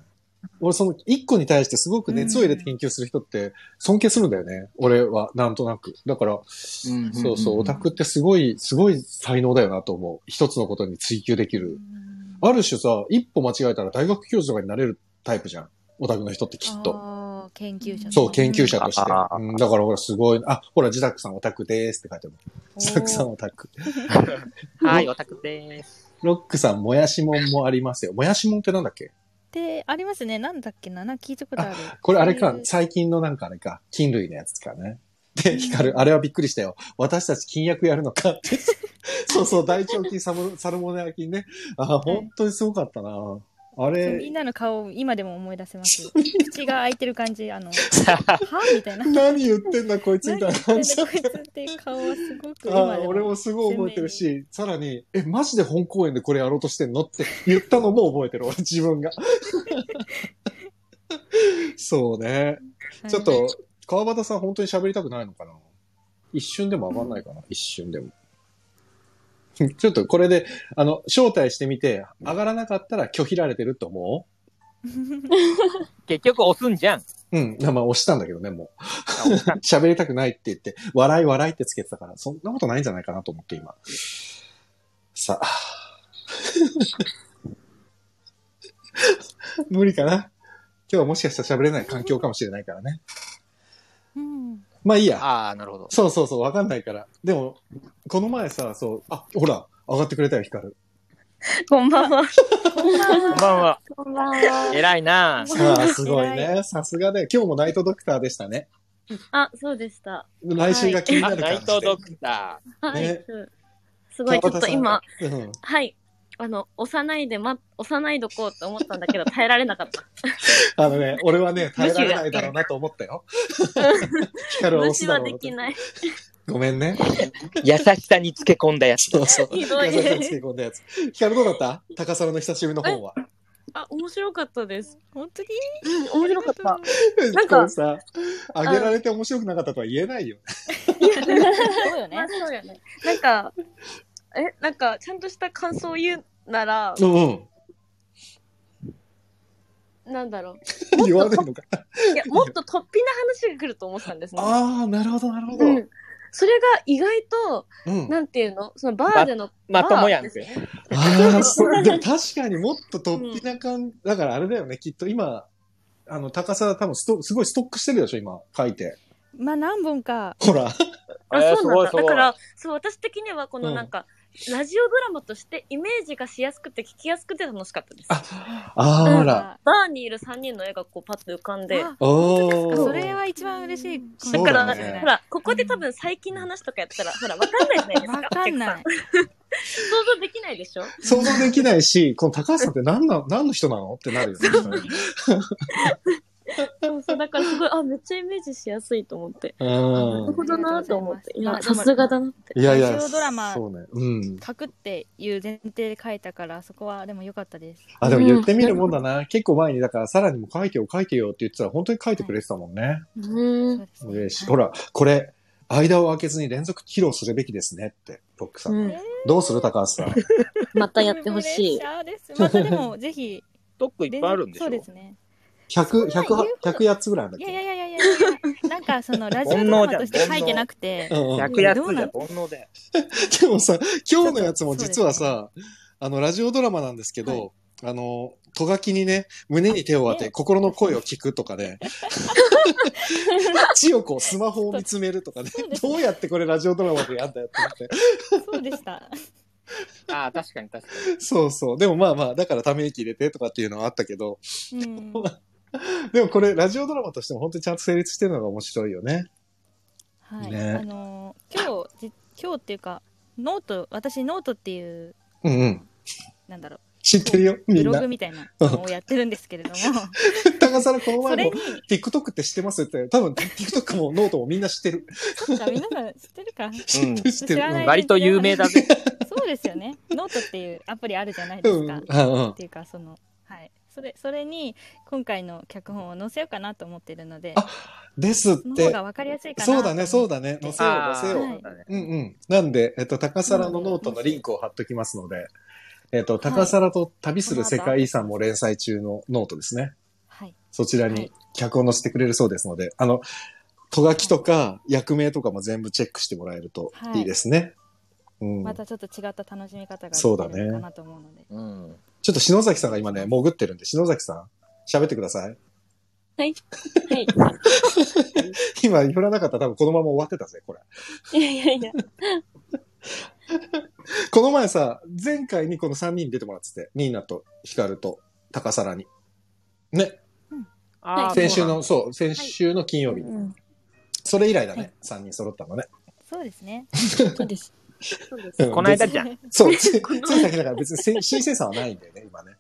[SPEAKER 1] 俺その一個に対してすごく熱を入れて研究する人って尊敬するんだよね。俺はなんとなく。だから、そうそう、オタクってすごい、すごい才能だよなと思う。一つのことに追求できる。ある種さ、一歩間違えたら大学教授とかになれるタイプじゃん。オタクの人ってきっと。
[SPEAKER 2] あー研究者として
[SPEAKER 1] そう、研究者として。
[SPEAKER 3] あー
[SPEAKER 1] うん、だからほらすごい、あ、ほら、ジダックさんオタクでーすって書いてある。ジダックさんオタク。
[SPEAKER 3] はい、オタクです。
[SPEAKER 1] ロックさん、もやしもんもありますよ。もやしもんってなんだっけ
[SPEAKER 2] でありますねなんだっけななんか聞いたことある
[SPEAKER 1] これあれか
[SPEAKER 2] そうい、う
[SPEAKER 1] 最近のなんかあれか、菌類のやつかね。で、ヒカル、あれはびっくりしたよ。私たち菌薬やるのか って。そうそう、大腸菌、サムサルモネラ菌ね。あー、本当にすごかったな。あ
[SPEAKER 2] そうみ
[SPEAKER 1] れ
[SPEAKER 2] ん、なの顔を今でも思い出せます口が開いてる感じあ のはみたいな
[SPEAKER 1] 何言ってんだこいつみたいな感じだ
[SPEAKER 2] 何言
[SPEAKER 1] っ
[SPEAKER 2] ってんだこいつっていう顔はすごく
[SPEAKER 1] た。
[SPEAKER 2] 今
[SPEAKER 1] あー
[SPEAKER 2] で
[SPEAKER 1] 俺
[SPEAKER 2] も
[SPEAKER 1] もすごい覚えてるし、さらに、え、マジで本公演でこれやろうとしてんのって言ったのも覚えてる、 俺自分 が。そうね。 ちょっと、川端さん本当に喋りたくないのかな一瞬でも上がんないかな、一瞬でも。 ちょっとこれで、あの、招待してみて、上がらなかったら拒否られてると思
[SPEAKER 3] 結局押すんじゃん。
[SPEAKER 1] ううん。まあ、押したんだけどね、も
[SPEAKER 3] あ押した
[SPEAKER 1] う。 喋りたくないって言って、笑い笑いってつけてたから、そんなことないんじゃないかなと思って、今。さあ。 無理かな今日はもしかしたら喋れない環境かもしれないからね。
[SPEAKER 2] うん
[SPEAKER 1] まあいいや。
[SPEAKER 3] ああ、なるほど。
[SPEAKER 1] そうそうそう、わかんないから。でも、この前さ、そう、あ、ほら、上がってくれたよ、ヒカ ル。
[SPEAKER 4] こんばんは。
[SPEAKER 3] こんばんは。
[SPEAKER 4] こんばんは。
[SPEAKER 3] 偉いな
[SPEAKER 1] ああ、すごい
[SPEAKER 2] 偉
[SPEAKER 1] ね。さすがだよ。今日もナイトドクターでしたね。
[SPEAKER 4] あ、そうでした。
[SPEAKER 1] 来週が気にな
[SPEAKER 3] あ。
[SPEAKER 1] る感
[SPEAKER 3] ナイ
[SPEAKER 1] じで。
[SPEAKER 3] トドクタ
[SPEAKER 4] はい。
[SPEAKER 1] ね
[SPEAKER 4] うんすごい、ちょっと今、
[SPEAKER 1] 川端さん。うん
[SPEAKER 4] はい。あの、押さないで、ま、押さないどこうと思ったんだけど、耐えられなかった。
[SPEAKER 1] あのね、俺は ね、耐えられないだろうなと思ったよ。ヒカルは
[SPEAKER 4] 無
[SPEAKER 1] 押
[SPEAKER 4] 視
[SPEAKER 1] すだ
[SPEAKER 4] は
[SPEAKER 1] ろう
[SPEAKER 4] で
[SPEAKER 1] な
[SPEAKER 4] きない。
[SPEAKER 1] と。ごめんね。
[SPEAKER 3] ー。優しさにつけ込んだやつ。
[SPEAKER 1] そうそう。
[SPEAKER 4] ひどい
[SPEAKER 1] 優しさにつけ込んだやつ。ヒカルどうだった高皿の久しぶりの方は。
[SPEAKER 4] あ、面白かったです。
[SPEAKER 2] 本当に
[SPEAKER 4] 面白かった。なんか
[SPEAKER 1] これさ、あげられて面白くなかったとは言えないよ。
[SPEAKER 2] そうよ
[SPEAKER 4] ま
[SPEAKER 2] ね
[SPEAKER 4] あ、そうよね。なんか、え、なんか、ちゃんとした感想を言うなら、
[SPEAKER 1] うん。
[SPEAKER 4] なんだろ う。
[SPEAKER 1] 言わないの か。
[SPEAKER 4] いや、もっと突飛な話が来ると思ってたんですね。
[SPEAKER 1] ああ、なるほど、なるほど。
[SPEAKER 4] うん。それが意外と、
[SPEAKER 1] うん
[SPEAKER 4] なんていうのそのバーでの、
[SPEAKER 3] まともやん
[SPEAKER 4] バー
[SPEAKER 3] け。
[SPEAKER 4] ですね
[SPEAKER 1] ああ、そう。 でも確かにもっと突飛な感じ。だからあれだよね、きっと今、あの、高さ多分スト、すごいストックしてるでしょ、今、書いて。
[SPEAKER 2] まあ何本か
[SPEAKER 1] ほら。
[SPEAKER 4] あ、
[SPEAKER 3] えー
[SPEAKER 4] そうなんだ。
[SPEAKER 3] すごいすごい
[SPEAKER 4] だから、そう、私的にはこ
[SPEAKER 1] う
[SPEAKER 4] の
[SPEAKER 1] ん
[SPEAKER 4] なんか、ラジオドラマとしてイメージがしやすくて聞きやすくて楽しかったです。
[SPEAKER 1] ああー、ほら。
[SPEAKER 4] バーにいる3人の絵がこうパッと浮かんで。
[SPEAKER 2] あ
[SPEAKER 1] お
[SPEAKER 2] そ
[SPEAKER 1] お。
[SPEAKER 2] れは一番嬉しいコ
[SPEAKER 1] そ
[SPEAKER 2] メン
[SPEAKER 1] う
[SPEAKER 2] ト
[SPEAKER 4] だから、
[SPEAKER 1] だね
[SPEAKER 4] ほら、ここで多分最近の話とかやったら、ほら、わかんないじゃないですか。
[SPEAKER 2] わかんない
[SPEAKER 4] お客さん。想像できないでしょ
[SPEAKER 1] 想像できないし、この高橋さんって何な、何の人なのってなるよね。
[SPEAKER 4] そうそう、だからすごい、あ、めっちゃイメージしやすいと思って。なる
[SPEAKER 1] う
[SPEAKER 4] ほどなと思って。
[SPEAKER 2] あり
[SPEAKER 4] い
[SPEAKER 2] が
[SPEAKER 4] や、
[SPEAKER 2] とうございま
[SPEAKER 4] さす
[SPEAKER 2] す
[SPEAKER 4] がだなって。
[SPEAKER 1] ん。いやいや。
[SPEAKER 2] ラジオドラマ
[SPEAKER 1] そうね。うん。
[SPEAKER 2] 書くっていう前提で書いたからそこはでも良かったです
[SPEAKER 1] あ、でも言ってみるもんだな。結構前に、だから、さらにも書いてよ、書いてよって言ってたら、本当に書いてくれてたもんね。
[SPEAKER 4] う
[SPEAKER 2] そ
[SPEAKER 4] ん。
[SPEAKER 2] うですね
[SPEAKER 1] 嬉しい。ほら、これ、間を空けずに連続披露するべきですねって、ロックさん。
[SPEAKER 4] うん
[SPEAKER 1] どうする高橋さん。
[SPEAKER 4] またやってほし
[SPEAKER 2] プレッ
[SPEAKER 4] い
[SPEAKER 2] シ。ャーですまたでもぜひ
[SPEAKER 3] ストックいっぱいあるんでしょ
[SPEAKER 2] そうですね
[SPEAKER 1] 100、
[SPEAKER 2] そんな言う
[SPEAKER 1] 100、100やつぐらいあるん
[SPEAKER 2] い
[SPEAKER 1] だ
[SPEAKER 2] や
[SPEAKER 1] っ
[SPEAKER 2] い
[SPEAKER 1] け
[SPEAKER 2] やいやいやいやいや、なんかそのラジオドラマとして書いてなくて、
[SPEAKER 1] うんうん
[SPEAKER 3] 百やつじゃ煩悩だよ。
[SPEAKER 1] でもさ、今日のやつも実はさ、あの、ラジオドラマなんですけど、あの、とがきにね、胸に手を当て、
[SPEAKER 2] ね
[SPEAKER 1] 心の声を聞くとか ね、千代子、スマホを見つめるとかね
[SPEAKER 2] そうで、す
[SPEAKER 1] どうやってこれラジオドラマでやんだよって思って。
[SPEAKER 2] そうでした。
[SPEAKER 3] ああ、確かに確か
[SPEAKER 1] そうそう。でもまあまあ、だからため息入れてとかっていうのはあったけど、
[SPEAKER 2] うん、
[SPEAKER 1] でもこれラジオドラマとしても本当にちゃんと成立してるのが面白いよね。
[SPEAKER 2] はい、
[SPEAKER 1] ね
[SPEAKER 2] あのー今日じ今日っていうかノート私ノートっていう
[SPEAKER 1] うんうん。
[SPEAKER 2] なんだろう
[SPEAKER 1] 知ってるよ、み
[SPEAKER 2] ブ
[SPEAKER 1] ん
[SPEAKER 2] ロ
[SPEAKER 1] な
[SPEAKER 2] グ。みたいなのをやってるんですけれ ども
[SPEAKER 1] 高さんこの
[SPEAKER 2] そ
[SPEAKER 1] 前
[SPEAKER 2] れ
[SPEAKER 1] も
[SPEAKER 2] に
[SPEAKER 1] TikTok って知ってますって、多分 TikTok もノートもみんな知ってる。
[SPEAKER 2] そっか皆さん知ってるか
[SPEAKER 1] 知ってる、知って
[SPEAKER 2] 知
[SPEAKER 1] る。
[SPEAKER 2] ら
[SPEAKER 1] うん
[SPEAKER 2] な
[SPEAKER 3] に。
[SPEAKER 2] い
[SPEAKER 3] 割と有名だぜ。
[SPEAKER 2] そうですよねノートっていうアプリあるじゃないで
[SPEAKER 1] うん
[SPEAKER 2] すか、
[SPEAKER 1] あうん
[SPEAKER 2] っていうかそのはいそれそれに今回の脚本を載せようかなと思ってるので
[SPEAKER 1] あですっ
[SPEAKER 2] その方
[SPEAKER 1] て
[SPEAKER 2] が。分かりやすいかな
[SPEAKER 1] そうだね、そうだ
[SPEAKER 2] だ
[SPEAKER 1] ね。載せよう、
[SPEAKER 3] あ
[SPEAKER 1] 載
[SPEAKER 3] ー
[SPEAKER 1] せよう。
[SPEAKER 2] はい
[SPEAKER 3] そうだね
[SPEAKER 1] うんうん。なんで、えっと、高皿のノートのリンクを貼っときますので、えっと、高皿と旅する世界遺産も連載中のノートですね。
[SPEAKER 2] はい
[SPEAKER 1] そちら
[SPEAKER 2] は
[SPEAKER 1] に
[SPEAKER 2] い
[SPEAKER 1] 脚本載せてくれるそうですので、あの、とがきとか役名とかも全部チェックしてもらえるといいですね。うん。
[SPEAKER 2] またちょっと違った楽しみ方が
[SPEAKER 1] そうだね
[SPEAKER 2] できるのかなと思うので
[SPEAKER 3] うん。
[SPEAKER 1] ちょっと篠崎さんが今ね、潜ってるんで、篠崎さん、喋ってください。
[SPEAKER 4] はい。はい。
[SPEAKER 1] 今、振らなかったら多分このまま終わってたぜ、これ。
[SPEAKER 4] いやいやいや。
[SPEAKER 1] この前さ、前回にこの3人出てもらってて、ニーナとヒカルと高皿に。ね、
[SPEAKER 3] ああ、
[SPEAKER 1] 先週の、そ
[SPEAKER 3] そ
[SPEAKER 1] う、先週の金曜日。
[SPEAKER 4] うん。
[SPEAKER 1] それ以来だ
[SPEAKER 2] は
[SPEAKER 1] ね、三3人揃ったのね。
[SPEAKER 2] そうですね
[SPEAKER 4] そうです。
[SPEAKER 1] うん
[SPEAKER 3] うなんだ。この間じゃん。
[SPEAKER 1] 別にそう、つ いつい先だから別にせ新鮮さはないんだよね、今ね。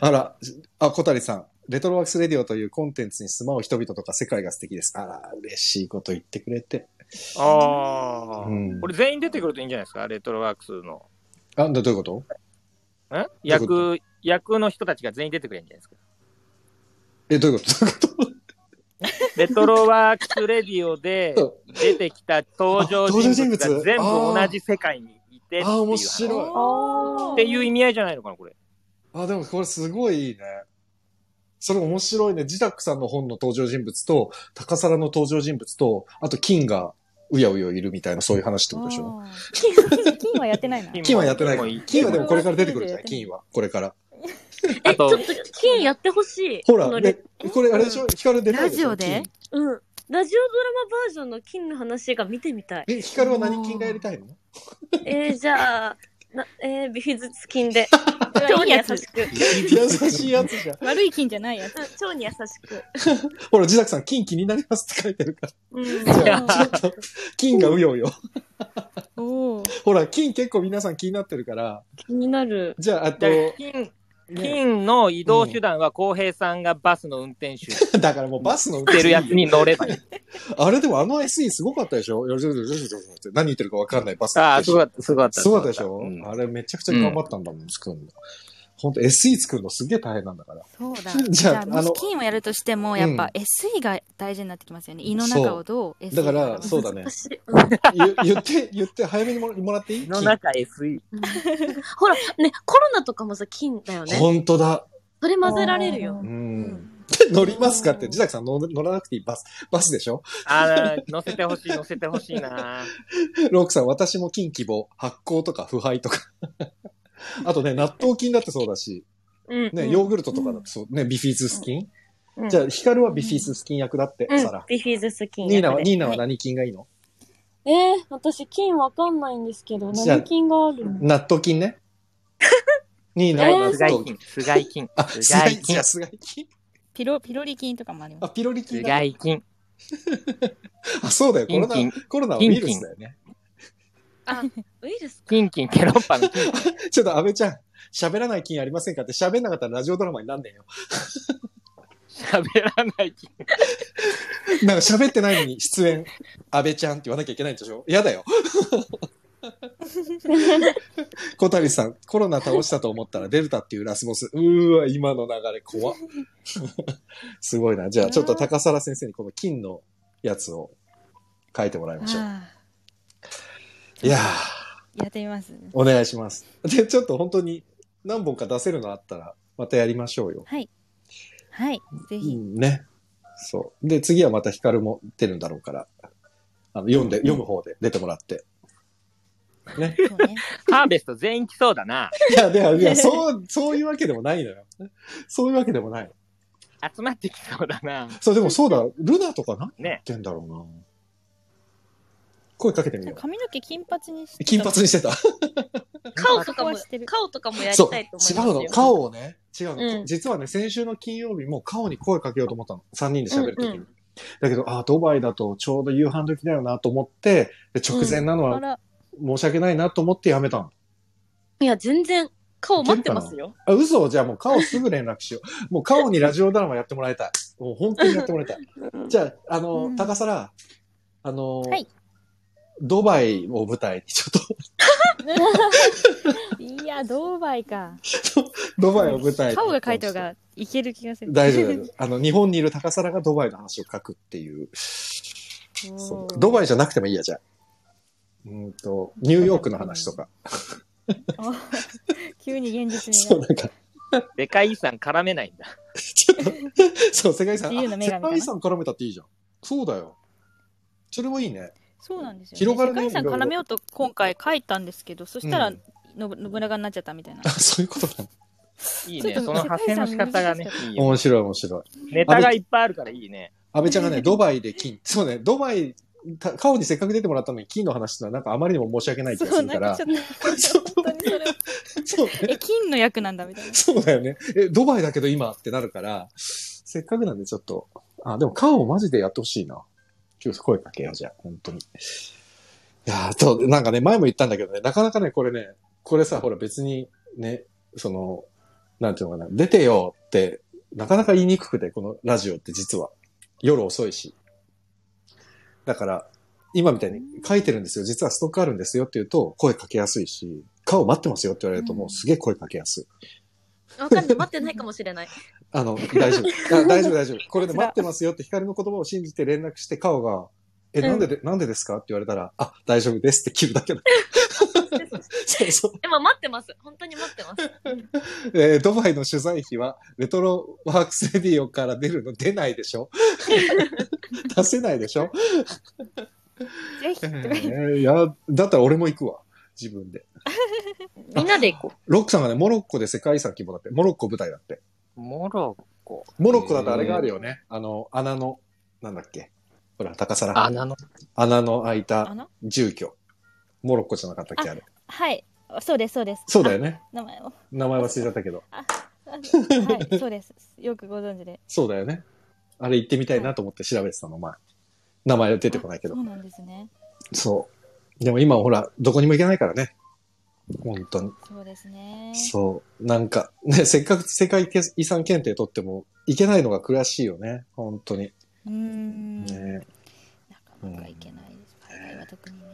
[SPEAKER 1] あら、あ、小谷さん。レトロワークスレディオというコンテンツに住まう人々とか世界が素敵です。あら、嬉しいこと言ってくれて。
[SPEAKER 3] ああ、
[SPEAKER 1] うん
[SPEAKER 3] これ全員出てくるといいんじゃないですか、レトロワークスの。
[SPEAKER 1] あ、どどういうこと
[SPEAKER 3] ん
[SPEAKER 1] いうこと
[SPEAKER 3] 役、役の人たちが全員出てくれるんじゃないですか。
[SPEAKER 1] え、どういうことどういうこと
[SPEAKER 3] レトロワークスレディオで
[SPEAKER 1] う
[SPEAKER 3] 出てきた登場
[SPEAKER 1] あ
[SPEAKER 3] 人物
[SPEAKER 1] 登場人
[SPEAKER 3] が
[SPEAKER 1] 物
[SPEAKER 3] 全部同じ世界にいてっていう
[SPEAKER 1] あー面
[SPEAKER 3] 話
[SPEAKER 1] 白い
[SPEAKER 2] おー
[SPEAKER 3] っていう意味合いじゃないのかな、これ。
[SPEAKER 1] あ、でもこれすごいいいね。それ面白いね。ジダックさんの本の登場人物と、高皿の登場人物と、あと金がうやうやいるみたいな、そういう話ってことでしょ
[SPEAKER 2] あー金金はやってないな。
[SPEAKER 1] 金はやってないか
[SPEAKER 3] 金もいい
[SPEAKER 1] ら。金はでもこれから出てくるじゃない金は。これから。
[SPEAKER 3] あ
[SPEAKER 4] ちょ
[SPEAKER 3] と
[SPEAKER 4] っ、と、金やってほしい。
[SPEAKER 1] ほ
[SPEAKER 4] こ
[SPEAKER 1] ら、
[SPEAKER 4] の
[SPEAKER 1] ね
[SPEAKER 4] レ、
[SPEAKER 1] これあれでしょヒカル出たい
[SPEAKER 2] ラ
[SPEAKER 1] でし
[SPEAKER 2] ジ
[SPEAKER 1] ょ
[SPEAKER 2] オで
[SPEAKER 1] 金。
[SPEAKER 5] うん。ラジオドラマバージョンの金の話が見てみたい
[SPEAKER 1] え、ヒカルは何金がやりたいの
[SPEAKER 5] えー、じゃあ、なえー、ビフィズス金 で。
[SPEAKER 2] 超
[SPEAKER 5] 超
[SPEAKER 2] いい
[SPEAKER 5] に
[SPEAKER 2] や
[SPEAKER 5] 優
[SPEAKER 2] つ
[SPEAKER 5] しく。うん
[SPEAKER 1] 優しいやつじゃん。
[SPEAKER 2] 悪い金じゃないやつ。
[SPEAKER 5] 超に優しく。
[SPEAKER 1] ほら、ジダックさん、金気になりますって書いてあるから。
[SPEAKER 5] うん。
[SPEAKER 1] ちょっと、金がうようよ。
[SPEAKER 2] おー
[SPEAKER 1] ほら、金結構皆さん気になってるから。
[SPEAKER 4] 気になる。
[SPEAKER 1] じゃあ、あと、
[SPEAKER 3] で金、
[SPEAKER 1] ね
[SPEAKER 3] 金の移動手段は浩平さんがバスの運転手し
[SPEAKER 1] だからもうバスの運
[SPEAKER 3] てるやつに乗ればいい。
[SPEAKER 1] あれでもあの SE すごかったでしょよしよしよしよしよしって何言ってるかわかんないバス。
[SPEAKER 3] ああ、すごかった、すごかった。
[SPEAKER 1] すごかったでしょ、
[SPEAKER 3] うん
[SPEAKER 1] あれめちゃくちゃ頑張ったんだもん、作るの。本当 SE 作るのすげえ大変なんだから。
[SPEAKER 2] そうだ。
[SPEAKER 1] じ
[SPEAKER 2] じ
[SPEAKER 1] ゃあ
[SPEAKER 2] ゃあ、
[SPEAKER 1] あ
[SPEAKER 2] も
[SPEAKER 1] の
[SPEAKER 2] し金をやるとしても、やっぱ SE が大事になってきますよね。胃の中をどう SE
[SPEAKER 1] だから、そうだね。
[SPEAKER 5] 私、うん
[SPEAKER 1] ゆ言って、言って、早めにももらっていい
[SPEAKER 3] 胃の中 SE。
[SPEAKER 5] ほら、ね、コロナとかもさ、金だよ
[SPEAKER 1] 金
[SPEAKER 5] ね。
[SPEAKER 1] 本当だ。
[SPEAKER 5] それ混ぜられるよ
[SPEAKER 1] う。ん
[SPEAKER 2] ん。
[SPEAKER 1] で乗りますかって、自宅さん乗乗らなくていいバス、バスでしょ
[SPEAKER 3] ああ、乗せてほしい、乗せてほしい な。
[SPEAKER 1] ロークさん、私も金希望。発酵とか腐敗とか。あとね、納豆菌だってそうだし、
[SPEAKER 5] うん。
[SPEAKER 1] ね、
[SPEAKER 5] うん
[SPEAKER 1] ヨーグルトとかだってそう、ね、ビフィズス菌、
[SPEAKER 5] うん
[SPEAKER 1] じゃあ、ヒカルはビフィズス菌役だって、
[SPEAKER 5] うん
[SPEAKER 1] サラ。
[SPEAKER 5] ビフィズス金。
[SPEAKER 1] ニーナは、ニーナは
[SPEAKER 5] はい
[SPEAKER 1] 何菌がいいの、
[SPEAKER 4] えー、私、金わかんないんですけど、
[SPEAKER 1] じゃあ
[SPEAKER 4] 何金があるの
[SPEAKER 1] 納豆菌ね。ニーナは納
[SPEAKER 3] 菅
[SPEAKER 1] 豆
[SPEAKER 3] 井
[SPEAKER 1] 菌。
[SPEAKER 3] 金、菅井金、
[SPEAKER 1] あ、すがい
[SPEAKER 3] 菅井
[SPEAKER 1] 菌。
[SPEAKER 3] 金
[SPEAKER 1] あ、、すがい菌。
[SPEAKER 2] ピロ、ピロリ菌とかもありま
[SPEAKER 1] あ、
[SPEAKER 2] す。
[SPEAKER 1] ピロリ菌だ。
[SPEAKER 3] 菅井金。
[SPEAKER 1] あ、そうだよ。コロ
[SPEAKER 3] 菌
[SPEAKER 1] ナ、コロナはウイルスだよね。
[SPEAKER 5] ウイルス
[SPEAKER 3] キンキン、ケロッパの金。
[SPEAKER 1] ちょっと安倍ちゃん、喋らない菌ありませんかって喋んなかったらラジオドラマになんねえよ。
[SPEAKER 3] 喋らない金。
[SPEAKER 1] なんか喋ってないのに出演、安倍ちゃんって言わなきゃいけないんでしょ嫌だよ。小谷さん、コロナ倒したと思ったらデルタっていうラスボス。うーわ、今の流れ怖っすごいな。じゃあ、ちょっと高皿先生にこの金のやつを書いてもらいましょう。
[SPEAKER 2] あ
[SPEAKER 1] いやー、
[SPEAKER 2] ーやってみます。
[SPEAKER 1] お願いします。で、ちょっと本当に何本か出せるのあったらまたやりましょうよ。
[SPEAKER 2] はい。はい。ぜ
[SPEAKER 1] う
[SPEAKER 2] ひ。
[SPEAKER 1] ん、ね。そう。で、次はまたヒカルも出るんだろうから、あの読んで、読む方で出てもらって。ね。
[SPEAKER 2] そうね。
[SPEAKER 3] ハーベスト全員来そうだな。
[SPEAKER 1] いや、で はいや、そう、そういうわけでもないのよ。そういうわけでもない。
[SPEAKER 3] 集まってきそうだ な。
[SPEAKER 1] そう、でもそうだ、ルナとか何言
[SPEAKER 3] ね
[SPEAKER 1] ってんだろうな。声かけてみよう。
[SPEAKER 6] 髪の毛金髪にして
[SPEAKER 1] 金髪にしてた。
[SPEAKER 5] 顔とかも
[SPEAKER 6] 発行してる、
[SPEAKER 5] 顔とかもやり
[SPEAKER 1] そう、
[SPEAKER 5] たいと思います
[SPEAKER 1] 違
[SPEAKER 5] よ。
[SPEAKER 1] うの。顔をね、違うの、
[SPEAKER 5] うん
[SPEAKER 1] 実はね、先週の金曜日も顔に声かけようと思ったの。3人で喋るときに。
[SPEAKER 5] うんう
[SPEAKER 1] だけど、ああ、ドバイだとちょうど夕飯時だよなと思って、で直前なの
[SPEAKER 6] あ
[SPEAKER 1] は
[SPEAKER 6] ら
[SPEAKER 1] 申し訳ないなと思ってやめたの。
[SPEAKER 5] いや、全然、顔待ってますよ。
[SPEAKER 1] あ、嘘じゃあもう顔すぐ連絡しよう。もう顔にラジオドラマやってもらいたい。もう本当にやってもらいたい。じゃあ、あの、
[SPEAKER 6] うん
[SPEAKER 1] 高皿、あの、
[SPEAKER 6] はい
[SPEAKER 1] ドバイを舞台に、ちょっと、
[SPEAKER 6] いやドバイか
[SPEAKER 1] ドバイを舞台に。
[SPEAKER 6] 顔が書いた方がいける気がする
[SPEAKER 1] 大丈夫大丈夫。あの、日本にいる高皿がドバイの話を書くっていう。そうドバイじゃなくてもいいや、じゃあ。うーんと、ニューヨークの話とか。
[SPEAKER 6] お急に現実
[SPEAKER 1] そう、
[SPEAKER 6] に
[SPEAKER 1] なんか、
[SPEAKER 3] でかい遺産絡めないんだ。
[SPEAKER 1] ちょっと、そう、世界遺産、
[SPEAKER 6] 自由の
[SPEAKER 1] あ
[SPEAKER 6] 女神
[SPEAKER 1] 世
[SPEAKER 6] かな
[SPEAKER 1] 界遺産絡めたっていいじゃん。そうだよ。それもいいね。
[SPEAKER 6] そうなんですよ、ね、
[SPEAKER 1] 広がるね
[SPEAKER 6] 世界遺産
[SPEAKER 1] いろいろ
[SPEAKER 6] 絡めようと今回書いたんですけどそしたら、
[SPEAKER 1] うん
[SPEAKER 6] の信長になっちゃったみ たいな
[SPEAKER 1] あ、そういうことなんだ
[SPEAKER 3] いい
[SPEAKER 6] ちょ
[SPEAKER 3] ね。
[SPEAKER 6] っ
[SPEAKER 3] そ
[SPEAKER 6] と
[SPEAKER 3] の派生の仕方がね
[SPEAKER 6] 世界遺産の難し。
[SPEAKER 3] いいよ
[SPEAKER 1] 面白い面白い。
[SPEAKER 3] ネタがいっぱいあるからいいね。
[SPEAKER 1] 安倍ちゃ んがね、ドバイで金、そうね、ドバイ、た顔にせっかく出てもらったのに金の話ってのはなんかあまりにも申し訳ない気が
[SPEAKER 6] そ
[SPEAKER 1] す
[SPEAKER 6] う
[SPEAKER 1] る
[SPEAKER 6] な
[SPEAKER 1] か
[SPEAKER 6] んからちょ。っと
[SPEAKER 1] そう
[SPEAKER 6] 本当にそれ
[SPEAKER 1] そうね
[SPEAKER 6] え金の役なんだみたいな
[SPEAKER 1] そうだよね。え、ドバイだけど今ってなるから、せっかくなんでちょっと、あ、でも顔をマジでやってほしいな。ちょっと声かけようじゃあ、本当に。いやーそう、なんかね、前も言ったんだけどね、なかなかね、これね、これさ、ほら別にね、その、なんていうのかな、出てよって、なかなか言いにくくて、このラジオって実は。夜遅いし。だから、今みたいに書いてるんですよ、実はストックあるんですよって言うと、声かけやすいし、顔待ってますよって言われると、もうすげえ声かけやすい。
[SPEAKER 5] わかんない。待ってないかもしれない。
[SPEAKER 1] あの、大丈夫。あ大丈夫、大丈夫。これで待ってますよって光の言葉を信じて連絡して、顔が、え、なんでで、なんでですかって言われたら、あ、大丈夫ですって切るだけだ。そうそう。
[SPEAKER 5] でも待ってます。本当に待って ます。
[SPEAKER 1] えードバイの取材費は、レトロワークスレディオから出るの出ないでしょ 出せないでしょ
[SPEAKER 6] ぜひ
[SPEAKER 1] えーいや、だったら俺も行くわ。自分で。
[SPEAKER 5] みんなで行こ
[SPEAKER 1] ロックさんがね、モロッコで世界遺産規模だって。モロッコ舞台だって。
[SPEAKER 3] モロッコ。
[SPEAKER 1] モロッコだとあれがあるよね。あの、穴の、なんだっけ。ほら、高皿。
[SPEAKER 3] 穴の。
[SPEAKER 1] 穴の開いた
[SPEAKER 6] 穴
[SPEAKER 1] 住居。モロッコじゃなかったっけあれ。
[SPEAKER 6] はいそうですそうです
[SPEAKER 1] そうだよね。
[SPEAKER 6] あ名前を
[SPEAKER 1] 名前忘れちゃったけど。
[SPEAKER 6] はいそうですよくご存知で
[SPEAKER 1] そうだよね。あれ行ってみたいなと思って調べてたの、前。名前は出てこないけど
[SPEAKER 6] そ。うなんですね
[SPEAKER 1] そう。でも今ほら、どこにも行けないからね。本当に。
[SPEAKER 6] そうですね
[SPEAKER 1] そう。なんか、ね、せっかく世界遺産検定取っても、行けないのが悔しいよね。本当に。
[SPEAKER 6] うーん
[SPEAKER 1] ね
[SPEAKER 6] なかなかいけないです海外は特にね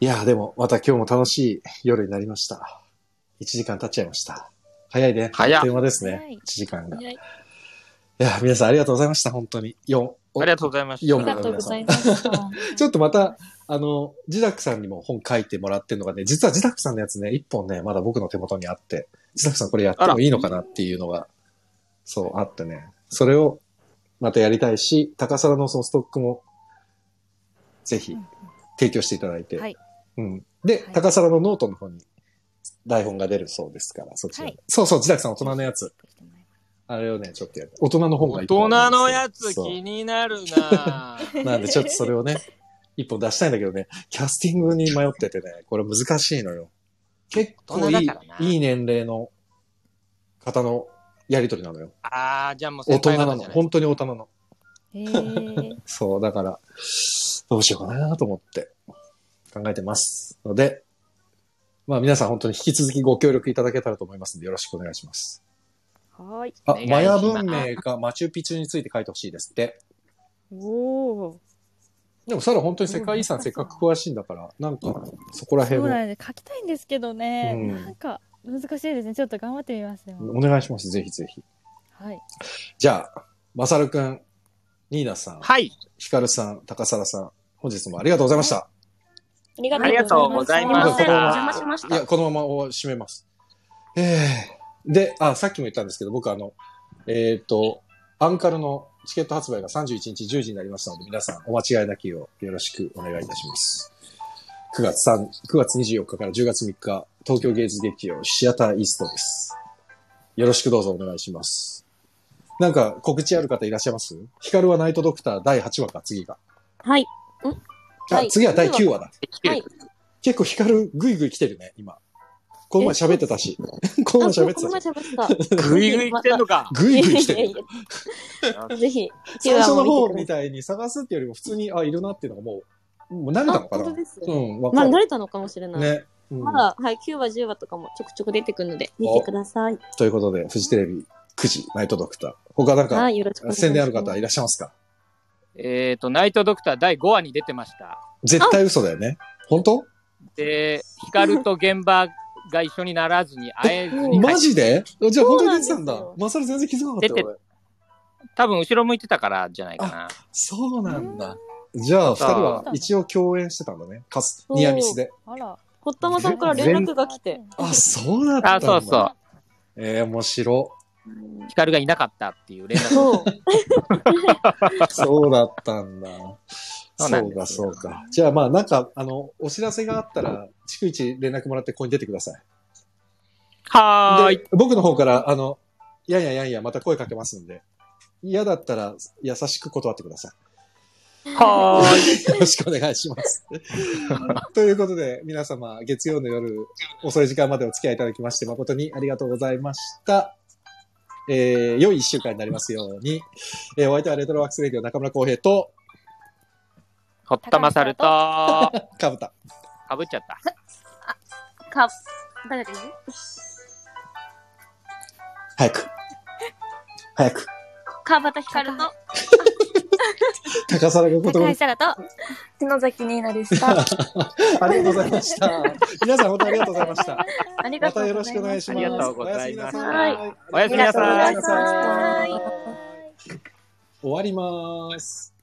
[SPEAKER 1] いや、でも、また今日も楽しい夜になりました。1時間経っちゃいました。早いね。
[SPEAKER 3] 早っ
[SPEAKER 1] あっという間です
[SPEAKER 6] 早い
[SPEAKER 1] ね。1時間が。
[SPEAKER 5] う。
[SPEAKER 1] い
[SPEAKER 5] はい
[SPEAKER 1] や、皆さんありがとうございました。本当に。4。
[SPEAKER 3] ありがとうございました。
[SPEAKER 1] 読
[SPEAKER 4] あ
[SPEAKER 1] む
[SPEAKER 4] りがとうござい ました。
[SPEAKER 1] ちょっとまた、あの、ジダクさんにも本書いてもらってるのがね、実はジダクさんのやつね、一本ね、まだ僕の手元にあって、ジダクさんこれやってもいいのかなっていうのが、そう、あってね。それをまたやりたいし、高皿のそのストックも、ぜひ提供していただいて。
[SPEAKER 6] はい
[SPEAKER 1] うん。で、
[SPEAKER 6] はい
[SPEAKER 1] 高皿のノートの方に台本が出るそうですから、そちらに、
[SPEAKER 6] はい
[SPEAKER 1] そうそう、ジダクさん大人のやつ。あれをね、ちょっとやる。大人の本が
[SPEAKER 3] 大
[SPEAKER 1] 一本あ
[SPEAKER 3] 人
[SPEAKER 1] るんですけど
[SPEAKER 3] のやつ
[SPEAKER 1] そう
[SPEAKER 3] 気になるな
[SPEAKER 1] なんでちょっとそれをね、一本出したいんだけどね、キャスティングに迷っててね、これ難しいのよ。結構い
[SPEAKER 3] 大人
[SPEAKER 1] い
[SPEAKER 3] だから、ない
[SPEAKER 1] い年齢の方のやりとりなのよ。
[SPEAKER 3] あー、じゃあもう
[SPEAKER 1] 大
[SPEAKER 3] 先
[SPEAKER 1] 人
[SPEAKER 3] 輩
[SPEAKER 1] な
[SPEAKER 3] 方
[SPEAKER 1] の。
[SPEAKER 3] じゃない
[SPEAKER 1] 本当に大人の。
[SPEAKER 6] えー、
[SPEAKER 1] そう、だから、どうしようかなと思って考えてます。ので、まあ皆さん本当に引き続きご協力いただけたらと思いますので、よろしくお願いします。
[SPEAKER 6] はーい
[SPEAKER 1] あ
[SPEAKER 3] お願い、しま
[SPEAKER 1] マ
[SPEAKER 3] す
[SPEAKER 1] ヤ文明かマチュピチュについて書いてほしいですって。
[SPEAKER 6] おお
[SPEAKER 1] でもサラ本当に世界遺産せっかく詳しいんだから、なんか、そこら
[SPEAKER 6] そ
[SPEAKER 1] 辺
[SPEAKER 6] う
[SPEAKER 1] も
[SPEAKER 6] なんです書きたいんですけどね、
[SPEAKER 1] うん
[SPEAKER 6] なんか難しいですねちょっと頑張ってみますでも、
[SPEAKER 1] お願いします。ぜひぜひ。
[SPEAKER 6] はい
[SPEAKER 1] じゃあ、まさるくん、ニーナさん、
[SPEAKER 3] はい。
[SPEAKER 1] ひかるさん、高さらさん、本日もありがとうございました。
[SPEAKER 4] あり
[SPEAKER 3] ありがとうございま
[SPEAKER 5] あり
[SPEAKER 3] し
[SPEAKER 5] がとうございました
[SPEAKER 3] た。
[SPEAKER 5] 邪魔しまし
[SPEAKER 1] いや、このまま締めます。えで、あ、さっきも言ったんですけど、僕あの、えっ、と、アンカルのチケット発売が31日10時になりましたので、皆さんお間違いなきをよろしくお願いいたします。9月3、9月24日から10月3日、東京芸術劇場シアターイーストです。よろしくどうぞお願いします。なんか告知ある方いらっしゃいますヒカルはナイトドクター第8話か、次が。
[SPEAKER 5] はい。
[SPEAKER 1] あ、
[SPEAKER 5] はい
[SPEAKER 1] 次は第9話だ。
[SPEAKER 5] はい。
[SPEAKER 1] 結構ヒカルぐいぐい来てるね、今。この前喋ってたし。この
[SPEAKER 5] あ、
[SPEAKER 1] 前
[SPEAKER 5] そ
[SPEAKER 1] 喋
[SPEAKER 5] う
[SPEAKER 1] って
[SPEAKER 5] この
[SPEAKER 1] た
[SPEAKER 5] 前
[SPEAKER 1] し。
[SPEAKER 5] 喋ってた。
[SPEAKER 3] ぐいぐい来てんのか。
[SPEAKER 1] ぐいぐい来てる。
[SPEAKER 5] る。ぜひ、
[SPEAKER 1] 最初の方
[SPEAKER 5] 見て
[SPEAKER 1] み
[SPEAKER 5] ください
[SPEAKER 1] たいに探すっていうよりも普通に、あ、いるなっていうのがもう、もう慣れたのかな
[SPEAKER 5] あ本当ですよ
[SPEAKER 1] うん、わ
[SPEAKER 5] ま
[SPEAKER 1] か
[SPEAKER 5] あ、
[SPEAKER 1] る
[SPEAKER 5] 慣。れたのかもしれない。
[SPEAKER 1] ね。うん
[SPEAKER 5] まだ、はい、9話、10話とかもちょくちょく出てくるので、見てください。
[SPEAKER 1] ということで、フジテレビ9時、ナイトドクター。他なん
[SPEAKER 5] は
[SPEAKER 1] か、
[SPEAKER 5] い、よろしくお願いします。
[SPEAKER 1] 宣伝ある方いらっしゃいますか
[SPEAKER 3] えっと、ナイトドクター第5話に出てました。
[SPEAKER 1] 絶対嘘だよね。本当
[SPEAKER 3] で、ヒカルと現場が一緒にならずに会えずに帰っ
[SPEAKER 1] マジでじゃあ
[SPEAKER 5] そ
[SPEAKER 1] 本
[SPEAKER 5] う
[SPEAKER 1] 当
[SPEAKER 5] なん
[SPEAKER 1] に出て
[SPEAKER 5] ですよ
[SPEAKER 1] たんだ。まさる全然気づかなかった
[SPEAKER 3] 出て
[SPEAKER 1] よ、俺。
[SPEAKER 3] 多分後ろ向いてたからじゃないかな。
[SPEAKER 1] そうなんだ。じゃあ、二人は一応共演してたんだね。かす、
[SPEAKER 5] そう
[SPEAKER 1] ニアミスで。
[SPEAKER 6] あら。
[SPEAKER 5] ほったまさんから連絡が来て。
[SPEAKER 1] あ、そうだったんだ。
[SPEAKER 3] あ、そうそう。
[SPEAKER 1] えー、面白。
[SPEAKER 3] ヒカルがいなかったっていう連絡。
[SPEAKER 5] そう。
[SPEAKER 1] そうだったんだ。そ
[SPEAKER 3] そ
[SPEAKER 1] う
[SPEAKER 3] なん
[SPEAKER 1] う
[SPEAKER 3] で
[SPEAKER 1] か、
[SPEAKER 3] す
[SPEAKER 1] そ
[SPEAKER 3] よ
[SPEAKER 1] うか。じゃあまあ、なんか、あの、お知らせがあったら、逐一連絡もらってここに出てください。
[SPEAKER 3] はーい。
[SPEAKER 1] で、僕の方から、あの、いやいやいやいや、また声かけますんで、嫌だったら優しく断ってくださ
[SPEAKER 3] はーい。
[SPEAKER 1] い。よろしくお願いし ます。ということで、皆様、月曜の夜、遅い時間までお付き合いいただきまして、誠にありがとうございました。えー、良い一週間になりますように。えー、お相手はレトロワークスレディオ中村浩平と、
[SPEAKER 3] ほったまさると、 か
[SPEAKER 1] かぶた。
[SPEAKER 3] ぶっちゃった。
[SPEAKER 5] か、誰がいる
[SPEAKER 1] 早く。早く。
[SPEAKER 5] 川端光と、
[SPEAKER 1] 高皿が言葉
[SPEAKER 6] 高橋
[SPEAKER 1] に
[SPEAKER 6] さらと、
[SPEAKER 4] 篠崎ニーナでした。
[SPEAKER 1] ありがとうございま した。皆さん本当にありがとうございました。
[SPEAKER 4] あり
[SPEAKER 1] また
[SPEAKER 4] がとうござ
[SPEAKER 1] よ
[SPEAKER 4] い
[SPEAKER 1] ろ
[SPEAKER 4] ま
[SPEAKER 1] し
[SPEAKER 4] す。
[SPEAKER 1] くお願いします。
[SPEAKER 3] ありがとうございました
[SPEAKER 1] はい
[SPEAKER 3] おやすみなさい
[SPEAKER 1] おやすみなさい
[SPEAKER 5] おやすみなさ
[SPEAKER 1] 終わります。